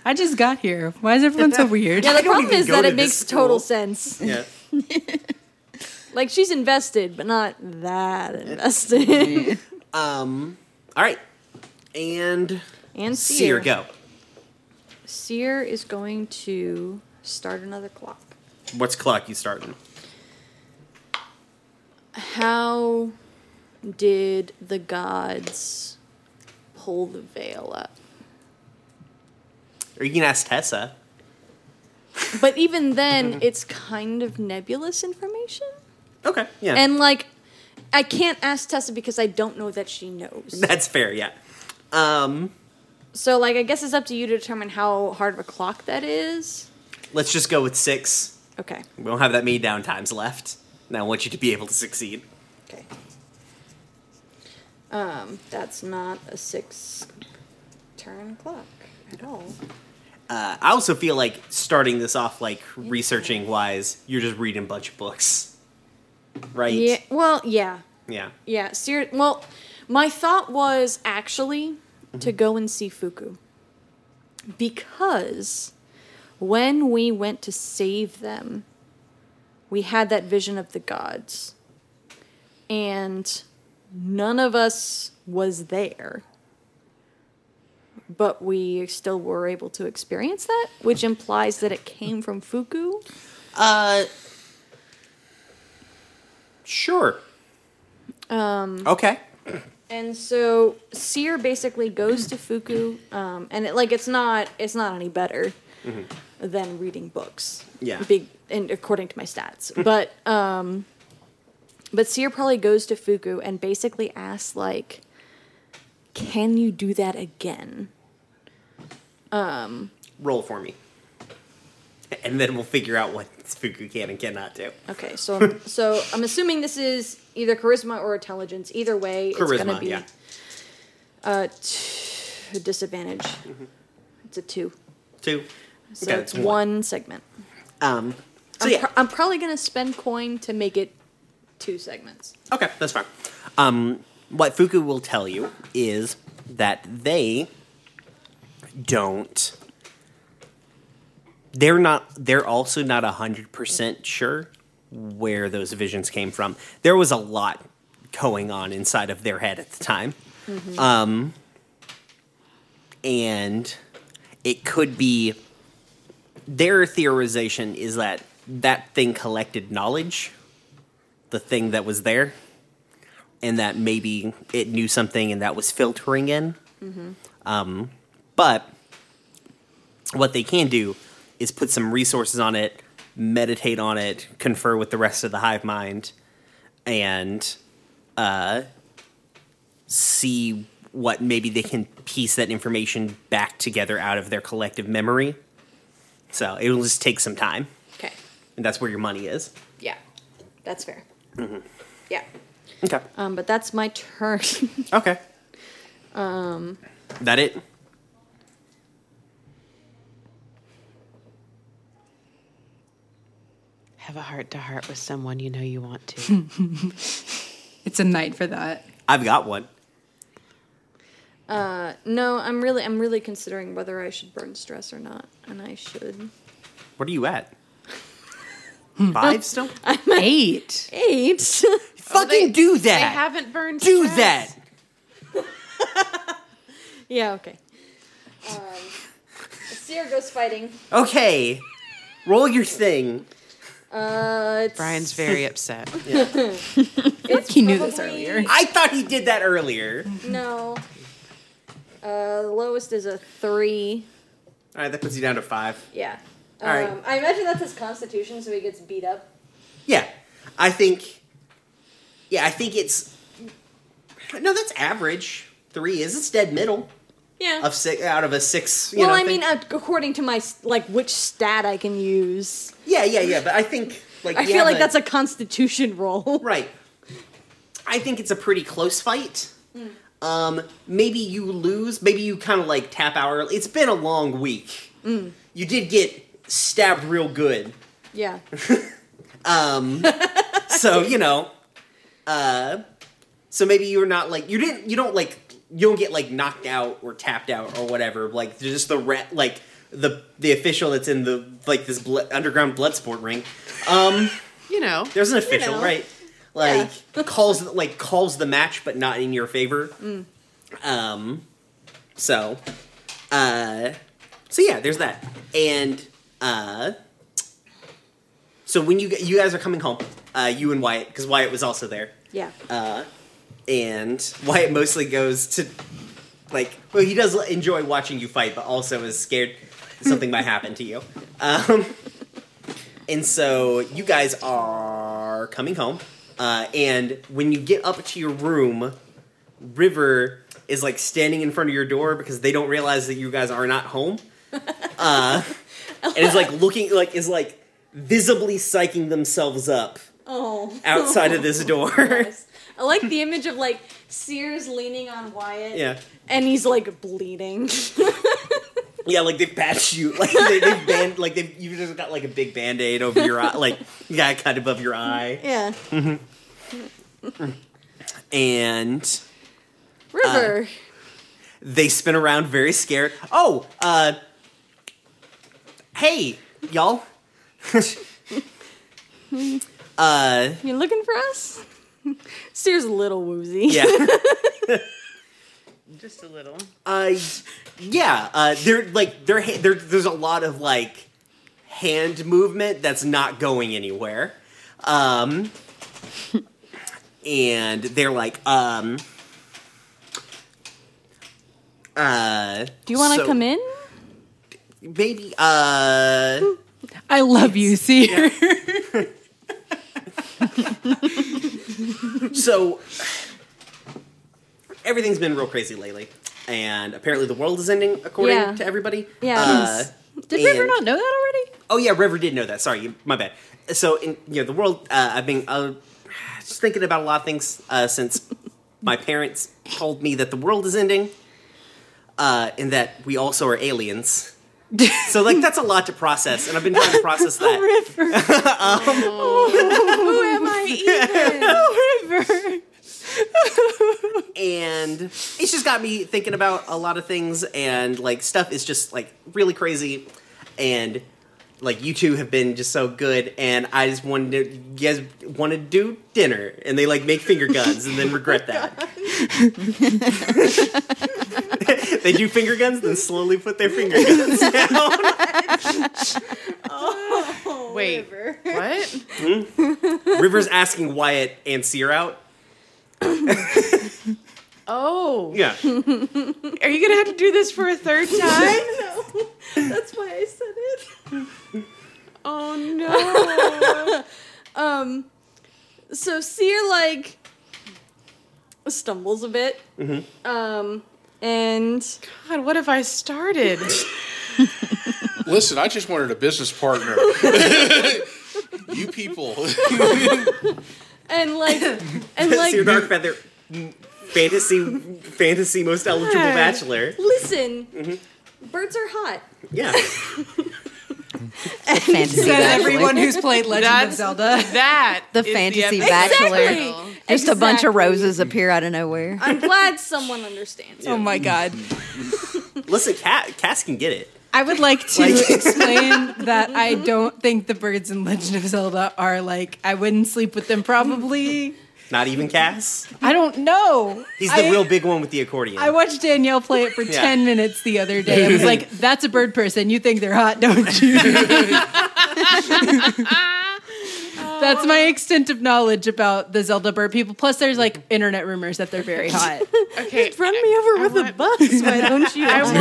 S2: I just got here. Why is everyone (laughs) so weird?
S4: Yeah, the
S1: don't
S4: problem
S1: even
S4: is
S1: go
S4: that
S1: to
S4: it
S1: this
S4: makes total
S1: school.
S4: sense.
S1: yeah.
S4: Like she's invested, but not
S1: (laughs)
S4: that invested.
S1: Um. All right. And
S4: and
S1: Seer,
S4: Seer.
S1: go.
S4: Seer is going to start another clock.
S1: What's clock you starting?
S4: How did the gods pull the veil up?
S1: Or you can ask Tessa.
S4: But even
S1: (laughs)
S4: then, it's kind of nebulous information.
S1: Okay. Yeah.
S4: And like, I can't ask Tessa because I don't know that she knows.
S1: (laughs) that's fair. Yeah. Um.
S4: So like, I guess it's up to you to determine how hard of a clock that is.
S1: Let's just go with six.
S4: Okay.
S1: We don't have that many downtimes left, and I want you to be able to succeed.
S4: Okay. Um, that's not a six turn clock at all.
S1: Uh, I also feel like starting this off, like researching wise, you're just reading a bunch of books, right?
S4: Yeah. Well, yeah.
S1: Yeah.
S4: Yeah. Ser- well, my thought was actually to go and see Fuku. Because when we went to save them, we had that vision of the gods. And none of us was there. But we still were able to experience that, which implies that it came from Fuku.
S1: Uh. Sure. Um. Okay.
S4: And so Seer basically goes to Fuku, um, and it like it's not it's not any better than reading books.
S1: Mm-hmm. Yeah. Mm-hmm.
S4: Big and according to my stats. but um but Seer probably goes to Fuku and basically asks like can you do that again?
S1: roll for me. And then we'll figure out what Fuku can and cannot do.
S4: Okay, so
S1: (laughs)
S4: I'm, so I'm assuming this is either charisma or intelligence. Either way, it's
S1: Charisma,
S4: gonna be
S1: yeah.
S4: uh, t- disadvantage. It's a two,
S1: Two.
S4: so
S1: Mm-hmm. Okay,
S4: it's one segment.
S1: Um, so
S4: I'm,
S1: yeah,
S4: pro- I'm probably gonna spend coin to make it two segments.
S1: okay, that's fine. Um, what Fuku will tell you is that they don't they're not they're also not 100% sure where those visions came from there was a lot going on inside of their head at the time
S10: Mhm.
S1: um, and it could be their theorization is that that thing collected knowledge the thing that was there and that maybe it knew something and that was filtering in
S10: Mm-hmm.
S1: um, but what they can do is put some resources on it, meditate on it, confer with the rest of the hive mind, and uh, see what maybe they can piece that information back together out of their collective memory. So it will just take some time,
S4: Okay.
S1: and that's where your money is.
S4: Yeah. That's fair.
S1: Mm-hmm.
S4: Yeah.
S1: Okay.
S4: Um, but that's my turn. (laughs)
S1: okay.
S4: Um,
S1: That it?
S6: Have a heart to heart with someone you know you want to.
S2: it's a night for that.
S1: I've got one.
S4: uh, no, I'm really, I'm really considering whether I should burn stress or not, and I should.
S1: What are you at? (laughs) Five still?
S4: I'm at
S2: eight.
S4: Eight.
S1: Fucking do (laughs) that.
S6: haven't burned.
S1: do that.
S4: (laughs) Yeah. Okay. Um, Seer goes fighting.
S1: Okay. Roll your thing.
S4: Uh, it's,
S6: Brian's very upset.
S4: it's
S2: he knew this
S1: (laughs)
S4: probably-
S2: earlier.
S1: I thought he did that earlier.
S4: No. Uh, the lowest is a three.
S1: All right, that puts you down to five.
S4: Yeah. Um,
S1: All right.
S4: I imagine that's his constitution, so he gets beat up.
S1: Yeah, I think. Yeah, I think it's. No, that's average. Three is it's dead middle
S4: Yeah.
S1: of six out of a six. You
S4: well,
S1: know,
S4: I
S1: thing.
S4: mean, uh, according to my s- like which stat I can use.
S1: yeah, yeah, yeah. But I think like
S4: I
S1: you
S4: feel
S1: have
S4: like that's a
S1: (laughs)
S4: constitution roll.
S1: right. I think it's a pretty close fight. Um, maybe you lose. Maybe you kind of like tap out early. It's been a long week.
S4: Mm.
S1: You did get stabbed real good.
S4: Yeah.
S1: Um, so you know, uh, so maybe you're not like you didn't you don't like you don't get like knocked out or tapped out or whatever. Like just the rat like the the official that's in the like this ble- underground blood sport ring. Um,
S6: you know,
S1: there's an official right. Like calls like calls the match, but not in your favor.
S4: Mm.
S1: Um, so, uh, so yeah, there's that. And, uh, so when you, you guys are coming home, uh, you and Wyatt, because Wyatt was also there,
S4: Yeah.
S1: uh, and Wyatt mostly goes to, like, well, he does enjoy watching you fight, but also is scared something might happen to you. Um, and so you guys are coming home, uh, and when you get up to your room, River is like standing in front of your door because they don't realize that you guys are not home. Uh, and is like looking, like, is like visibly psyching themselves up
S4: Oh. (laughs)
S1: outside of this door.
S4: I like the image of like Sears leaning on Wyatt.
S1: (laughs) yeah.
S4: And he's like bleeding. (laughs)
S1: Yeah, like they patched you, (laughs) like they, they've band, like they've you just got like a big band aid over your eye, like you got a cut above your eye,
S4: yeah.
S1: Mhm. and
S4: River.
S1: Uh, they spin around very scared. Oh, uh, hey, y'all, (laughs) uh,
S4: you looking for us? (laughs) Sears a little woozy.
S1: yeah,
S6: (laughs) Just a little.
S1: uh, yeah, uh, they're like they're ha- there. There's a lot of like hand movement that's not going anywhere, um, and they're like, um, uh,
S4: Do (laughs) you want to
S1: so
S4: come
S1: (laughs)
S4: in?
S1: Maybe, uh.
S2: I love you, Seer.
S1: so everything's been real crazy lately, and apparently the world is ending according
S4: Yeah.
S1: to everybody.
S4: Yeah.
S1: Uh,
S2: Did River
S1: and-
S2: not know that already?
S1: Oh yeah, River did know that. Sorry, you- my bad. So in you know the world, uh, I've been uh, just thinking about a lot of things uh, since my parents told me that the world is ending, uh, and that we also are
S2: (laughs)
S1: aliens. so like that's a lot to process, and I've been trying to process
S2: (laughs)
S1: that.
S10: Who am I even?
S1: River. and it's just got me thinking about a lot of things and like stuff is just like really crazy and like you two have been just so good, and I just wanted to, you guys wanted to do dinner, and they like make finger guns and then regret that. (laughs) they do finger guns, then slowly put their finger guns down.
S6: Wait, what?
S1: River's asking Wyatt and Seer out.
S6: Oh,
S1: Yeah,
S6: are you gonna have to do this for a
S11: (laughs)
S6: third time?
S4: I know. That's why I said it.
S6: Oh no!
S4: Um, so Seer like stumbles a bit.
S1: Mm-hmm.
S4: Um, and
S6: God, what have
S11: (laughs)
S6: I started?
S8: Listen, I just wanted a business
S6: (laughs)
S8: partner. (laughs) you people.
S4: and like and like
S1: Seer Dark Feather, fantasy, fantasy most eligible bachelor.
S4: listen. Birds are hot.
S1: Yeah,
S7: The fantasy
S2: Says
S7: bachelor.
S2: everyone who's played Legend of
S6: That's-
S2: Zelda.
S6: That
S7: the
S6: is
S7: fantasy
S6: episode.
S7: bachelor.
S4: Exactly.
S7: Just a bunch of
S4: Exactly.
S7: roses appear out of nowhere.
S4: I'm glad someone
S2: (laughs)
S4: understands.
S2: Oh my god.
S1: listen, Cass, Cass can get it.
S2: I would like to
S1: (laughs)
S2: explain that I don't think the birds in Legend of Zelda are like I wouldn't sleep with them probably.
S1: (laughs) Not even Cass.
S2: I don't know.
S1: He's the
S2: I-
S1: real big one with the accordion.
S2: I watched Danielle play it for 10 minutes the other day. I was like, that's a bird person. You think they're hot, don't you? that's my extent of knowledge about the Zelda bird people. Plus, there's like internet rumors that they're very hot.
S6: Okay,
S4: Run me over with a bus, why don't you?
S11: (laughs)
S6: I want,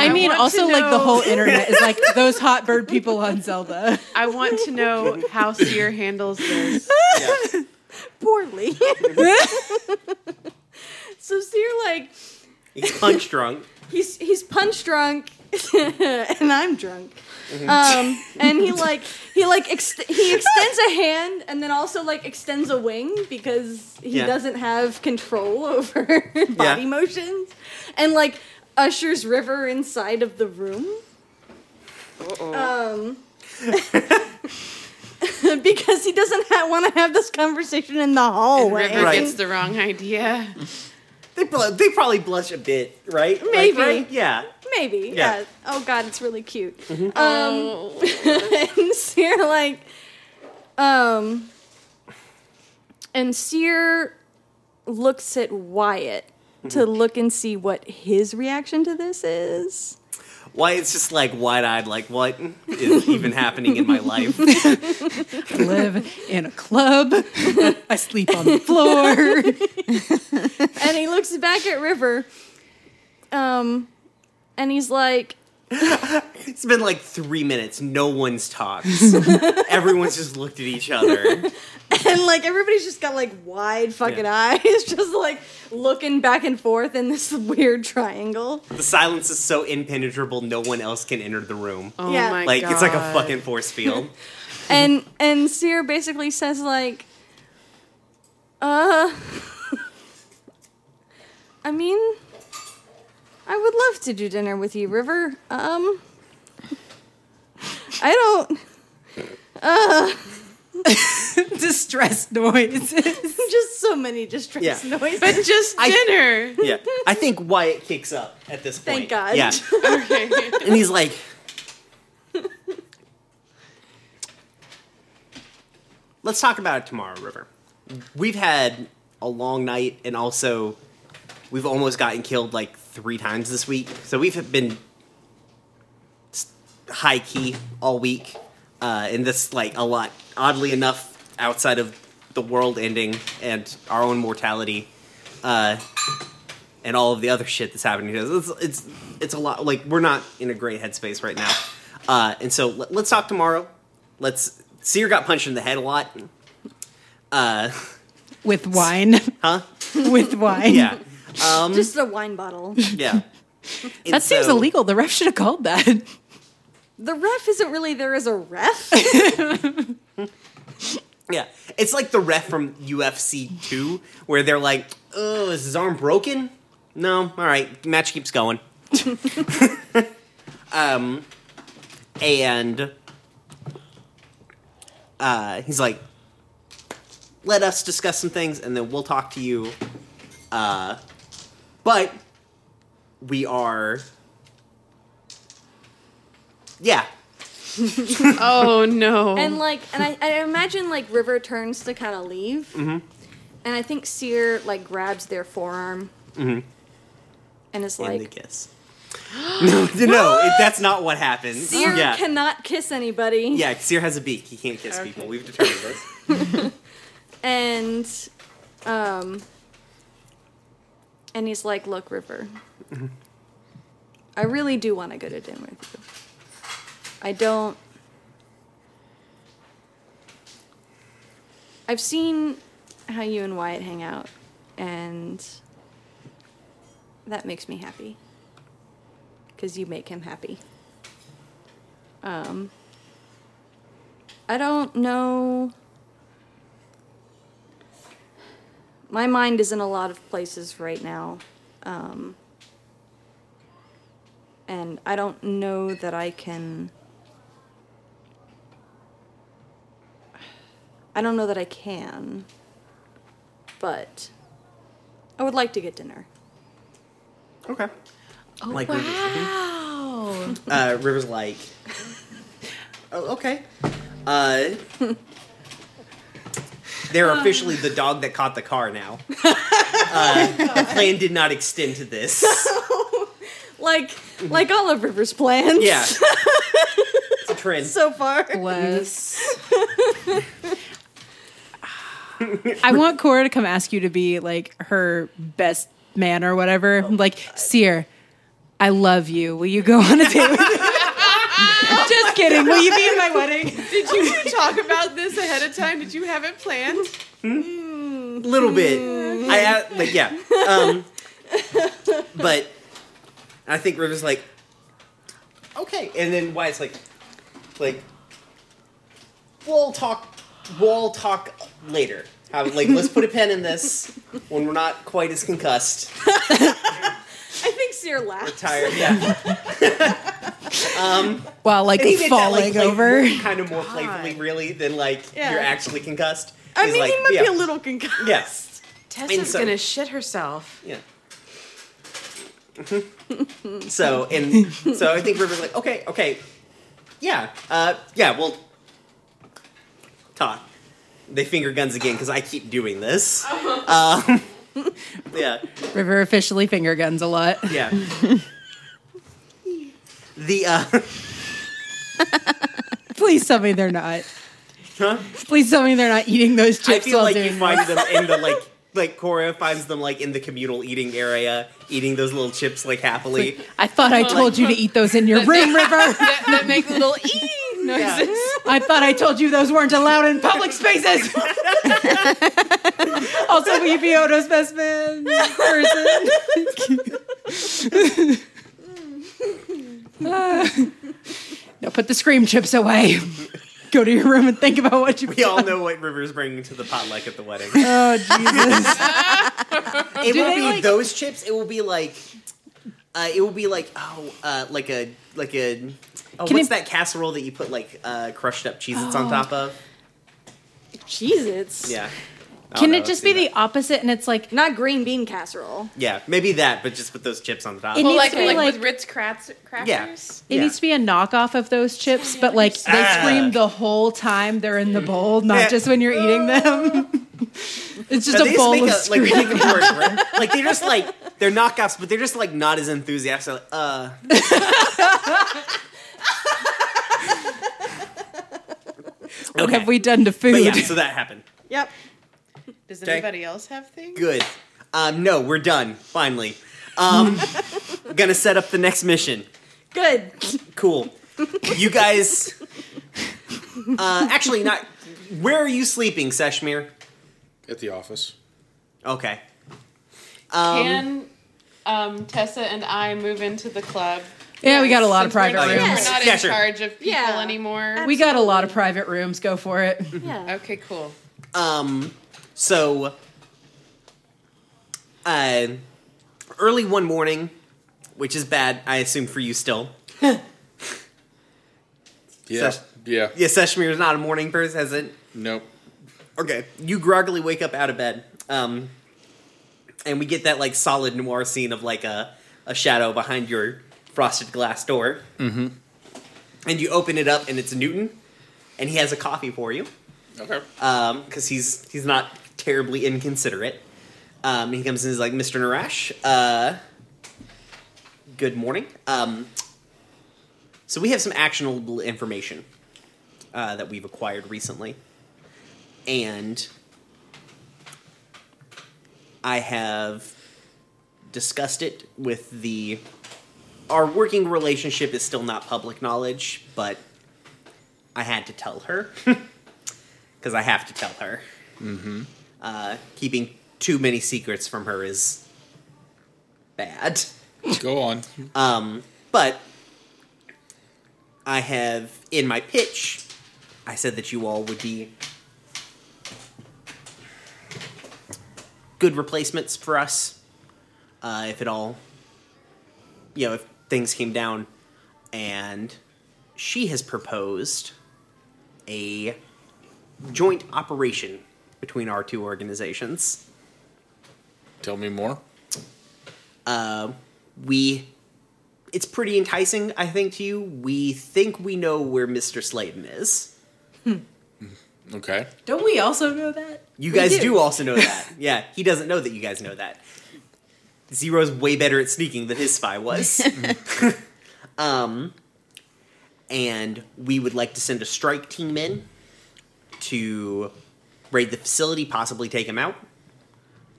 S2: I mean,
S6: want to
S2: also, like, the
S6: know-
S2: whole internet is like those hot bird people on Zelda.
S6: I want to know how Seer handles this.
S4: poorly. (laughs) so Seer like
S1: He's punch
S6: (laughs)
S1: drunk.
S4: he's he's punch drunk (laughs) and I'm drunk. Um, and he like he like ext- he extends a hand and then also like extends a wing because he
S1: Yeah.
S4: doesn't have control (laughs) over body
S1: Yeah.
S4: motions and like ushers River inside of the room. Um (laughs) because he doesn't ha- want to have this conversation in the hallway.
S6: River
S1: Right.
S6: gets the wrong idea.
S1: They probably, they probably blush a bit, right? Like,
S4: Maybe.
S1: right? Yeah.
S4: Maybe.
S1: Yeah.
S4: Yeah. Oh God, it's really cute. Um, (laughs) and Seer like, um, and Seer looks at Wyatt to look and see what his reaction to this is.
S1: Why it's just like wide eyed, like what is even happening in my life? (laughs)
S2: Live in a club. I sleep on the floor.
S4: And he looks back at River, um, and he's like,
S1: It's been like three minutes. No one's
S6: (laughs)
S1: talked. Everyone's just looked at each other.
S4: and like everybody's just got like wide fucking (laughs) eyes, just like looking back and forth in this (laughs) weird triangle.
S1: The silence is so impenetrable. No one else can enter the room.
S6: Oh
S4: Yeah.
S6: my
S1: like
S6: god!
S1: it's like a fucking force field.
S4: and and Seer basically says like, uh, (laughs) I mean, I would love to do dinner with you, River. Um, I don't
S2: Distress noises.
S4: (laughs) just so many distress
S1: Yeah.
S4: noises.
S6: But just dinner.
S1: (laughs) yeah, I think Wyatt kicks up at this point.
S4: Thank God. (laughs)
S1: Yeah,
S6: okay.
S1: (laughs) and he's like, "Let's talk about it tomorrow, River. We've had a long night, and also we've almost gotten killed like three times this week. So we've been s- high key all week, uh, and this like a lot. Oddly enough, outside of the world ending and our own mortality." Uh, and all of the other shit that's happening to us. It's it's, it's a lot. Like we're not in a great headspace right now, uh, and so let, let's talk tomorrow. Let's. Seer got punched in the head a lot. Uh,
S2: With wine.
S1: huh?
S2: With wine.
S1: Yeah,
S4: just a wine bottle.
S1: yeah. And
S2: (laughs) That seems
S1: so-
S2: illegal. The ref should have called that.
S4: The ref isn't really there as a ref.
S1: Yeah, it's like the ref from UFC two, where they're like, "Oh, is his arm broken?" No, all right, match keeps going. (laughs) um, and uh, he's like, "Let us discuss some things, and then we'll talk to you." Uh, but we are, yeah,
S6: oh no.
S4: And like, and I, I imagine like River turns to kind of leave, and I think Seer like grabs their forearm
S1: Mhm.
S4: and is
S1: and they
S4: like,
S1: kiss. no, no, it, that's not what happens.
S4: "Seer
S1: yeah,
S4: cannot kiss anybody."
S1: yeah. Seer has a beak; he can't kiss people. We've determined this.
S4: and um, and he's like, "Look, River, I really do want to go to dinner with you. I don't. I've seen how you and Wyatt hang out, and that makes me happy because you make him happy. Um." I don't know my mind is in a lot of places right now. Um, and I don't know that I can. I don't know that I can. But I would like to get dinner.
S1: Okay.
S11: Oh,
S1: Like we just-
S11: wow.
S1: Uh, River's like, oh, okay. Uh, they're officially the dog that caught the car now. Uh, the plan did not extend to this.
S4: Like, like all of River's
S1: Mm-hmm.
S4: plans.
S1: Yeah. It's a trend.
S4: (laughs) So far.
S2: Was. (laughs) I want Cora to come ask you to be like her best man or whatever. like, Seer, I love you. Will you go on a date with me? (laughs) Just kidding. Will you be at my wedding?
S11: Did you
S6: (laughs)
S11: two talk about this ahead of time? Did you have it planned?
S1: little bit.
S11: Mm-hmm.
S1: I uh, like yeah. Um, but I think River's like okay, and then Wyatt's like like we'll talk we'll talk later. How, like let's put a pen in this when we're not quite as concussed,
S4: I think Seer laughed.
S11: (laughs)
S1: tired. Yeah, um,
S2: While like
S1: and he did that,
S2: falling
S1: like, like,
S2: over.
S1: more- kind of more playfully, really, than like
S11: Yeah.
S1: you're actually concussed.
S11: I
S1: He's
S11: mean,
S1: like,
S11: he might
S1: yeah,
S11: be a little concussed.
S1: yes. And
S6: Tessa's
S1: so-
S6: gonna shit herself.
S1: Yeah. Mm-hmm. so and so I think River's like, okay, okay, yeah, uh, yeah, we'll talk. They finger guns again because I keep doing this. Um, (laughs) yeah,
S2: River officially finger guns a lot.
S1: yeah. The uh,
S2: Please tell me they're not.
S1: huh?
S2: Please tell me they're not eating those chips
S1: I feel
S2: while
S1: like you
S2: doing
S1: find them in the like. Like Cora finds them like in the communal eating area, eating those little chips like happily.
S2: I thought I told you to eat those
S1: (laughs)
S2: in your room, River.
S6: That, that
S11: (laughs)
S6: makes little ee noises.
S2: I thought I told you those weren't allowed in public (laughs) spaces. also, will you be Odo's best man (laughs) person? Ah. now put the scream chips away. Go to your room and think about what
S1: (laughs)
S2: you've
S1: We all
S2: done.
S1: know what River's bringing to the potluck at the wedding.
S2: (laughs) Oh Jesus!
S1: It won't
S2: they,
S1: be
S2: like-
S1: those chips. It will be like, uh, it will be like oh, uh, like a like a. Oh,
S2: Can
S1: what's
S2: it- Oh.
S1: that casserole that you put like uh, crushed up Cheez-Its on top of?
S4: Jeez, it's
S1: Yeah. I don't
S2: Can
S1: know,
S2: it just
S1: I've
S2: be
S1: seen
S2: the opposite? And it's like
S4: not green bean casserole.
S1: that. Yeah, maybe that, but just with those chips on the top.
S2: It
S11: Well,
S2: needs
S11: like,
S2: to be
S11: like,
S2: like-
S11: with Ritz crats, crackers?
S1: yeah.
S2: it
S1: yeah.
S2: needs to be a knockoff of those chips, but like they
S1: Ah.
S2: scream the whole time they're in the bowl,
S1: Yeah.
S2: not just when you're
S1: (laughs)
S2: eating them. it's just
S1: Now,
S2: a
S1: just
S2: bowl
S1: make
S2: of
S1: a- like,
S2: scream.
S1: make them more aggra- like they're just like they're knockoffs, but they're just like not as enthusiastic. Like,
S2: (laughs)
S1: uh.
S2: What
S1: okay.
S2: have we done to food?
S1: but yeah, so that happened.
S11: Yep. Does
S1: Okay.
S11: anybody else have things?
S1: Good. Um, no, we're done. Finally.
S2: (laughs)
S1: Um, gonna set up the next mission.
S4: Good.
S1: (laughs) Cool. You guys. Uh, actually, not. Where are you sleeping, Seshmir?
S8: At the office.
S1: Okay.
S6: Can um, Tessa and I move into the club?
S2: Yeah, we got a lot of
S6: Since we're-
S2: private
S1: Oh, yeah.
S6: We're
S2: rooms.
S1: Yes.
S6: not
S1: Yeah,
S6: in
S1: sure.
S6: charge of people
S4: Yeah.
S6: anymore.
S2: (laughs) We got a lot of private rooms. Go for it.
S4: Yeah.
S6: Okay, cool.
S1: Um. So. Uh, early one morning, which is bad, I assume for you still.
S8: Yeah.
S1: Ses-
S8: yeah.
S1: Yeah, Seshmir is not a morning person, has it?
S8: Nope.
S1: Okay. You groggily wake up out of bed. Um, and we get that like solid noir scene of like a, a shadow behind your frosted glass door. Mm-hmm. and you open it up, and it's Newton, and he has a coffee for you.
S8: Okay.
S1: Um, because he's he's not terribly inconsiderate. Um, he comes in and is like, Mr. Narash, uh, good morning. Um, so we have some actionable information uh, that we've acquired recently, and I have discussed it with the. Our working relationship is still not public knowledge, but I had to tell her because I have to tell her.
S8: Mm-hmm.
S1: Uh, keeping too many secrets from her is bad.
S8: Go on.
S1: Um, but I have in my pitch, I said that you all would be good replacements for us. Uh, if it all, you know, if things came down, and she has proposed a joint operation between our two organizations.
S8: Tell me more.
S1: Uh, we, it's pretty enticing, I think, to you. We think we know where Mr. Slayton is.
S8: Okay.
S2: Don't we also know that?
S1: You
S2: We
S1: guys do. also know that. yeah, he doesn't know that you guys know that. Zero's way better at sneaking than his spy was. (laughs) um, and we would like to send a strike team in to raid the facility, possibly take him out.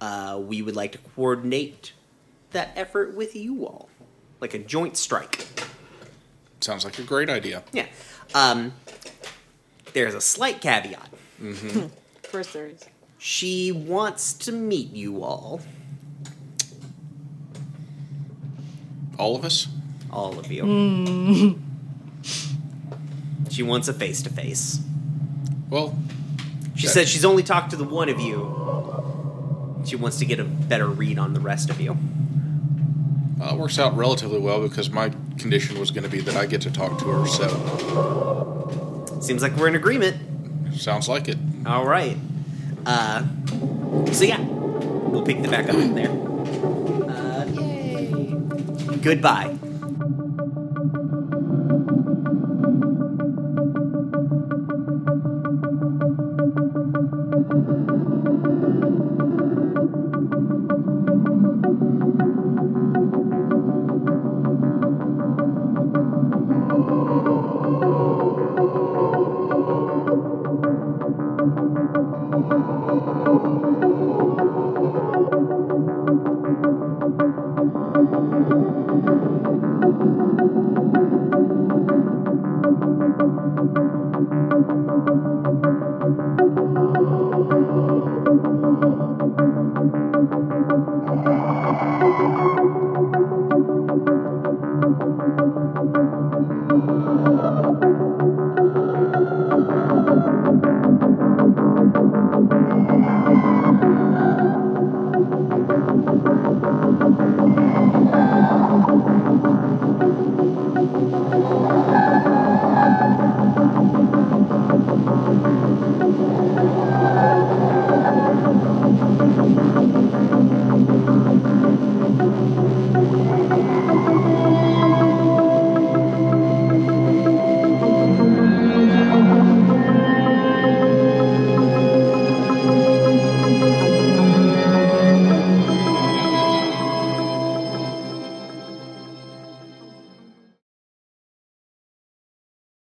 S1: Uh, we would like to coordinate that effort with you all, like a joint strike.
S8: Sounds like a great idea.
S1: Yeah. Um, there's a slight caveat.
S8: Mm-hmm.
S12: Of course there is.
S1: She wants to meet you all.
S8: All of us?
S1: All of you. She wants a face to face.
S8: Well,
S1: she
S8: that-
S1: said she's only talked to the one of you. She wants to get a better read on the rest of you.
S8: Uh, it works out relatively well because my condition was going to be that I get to talk to her, so.
S1: Seems like we're in agreement.
S8: Sounds like it.
S1: All right. Uh, so yeah, we'll pick the back up in there. Uh, Goodbye.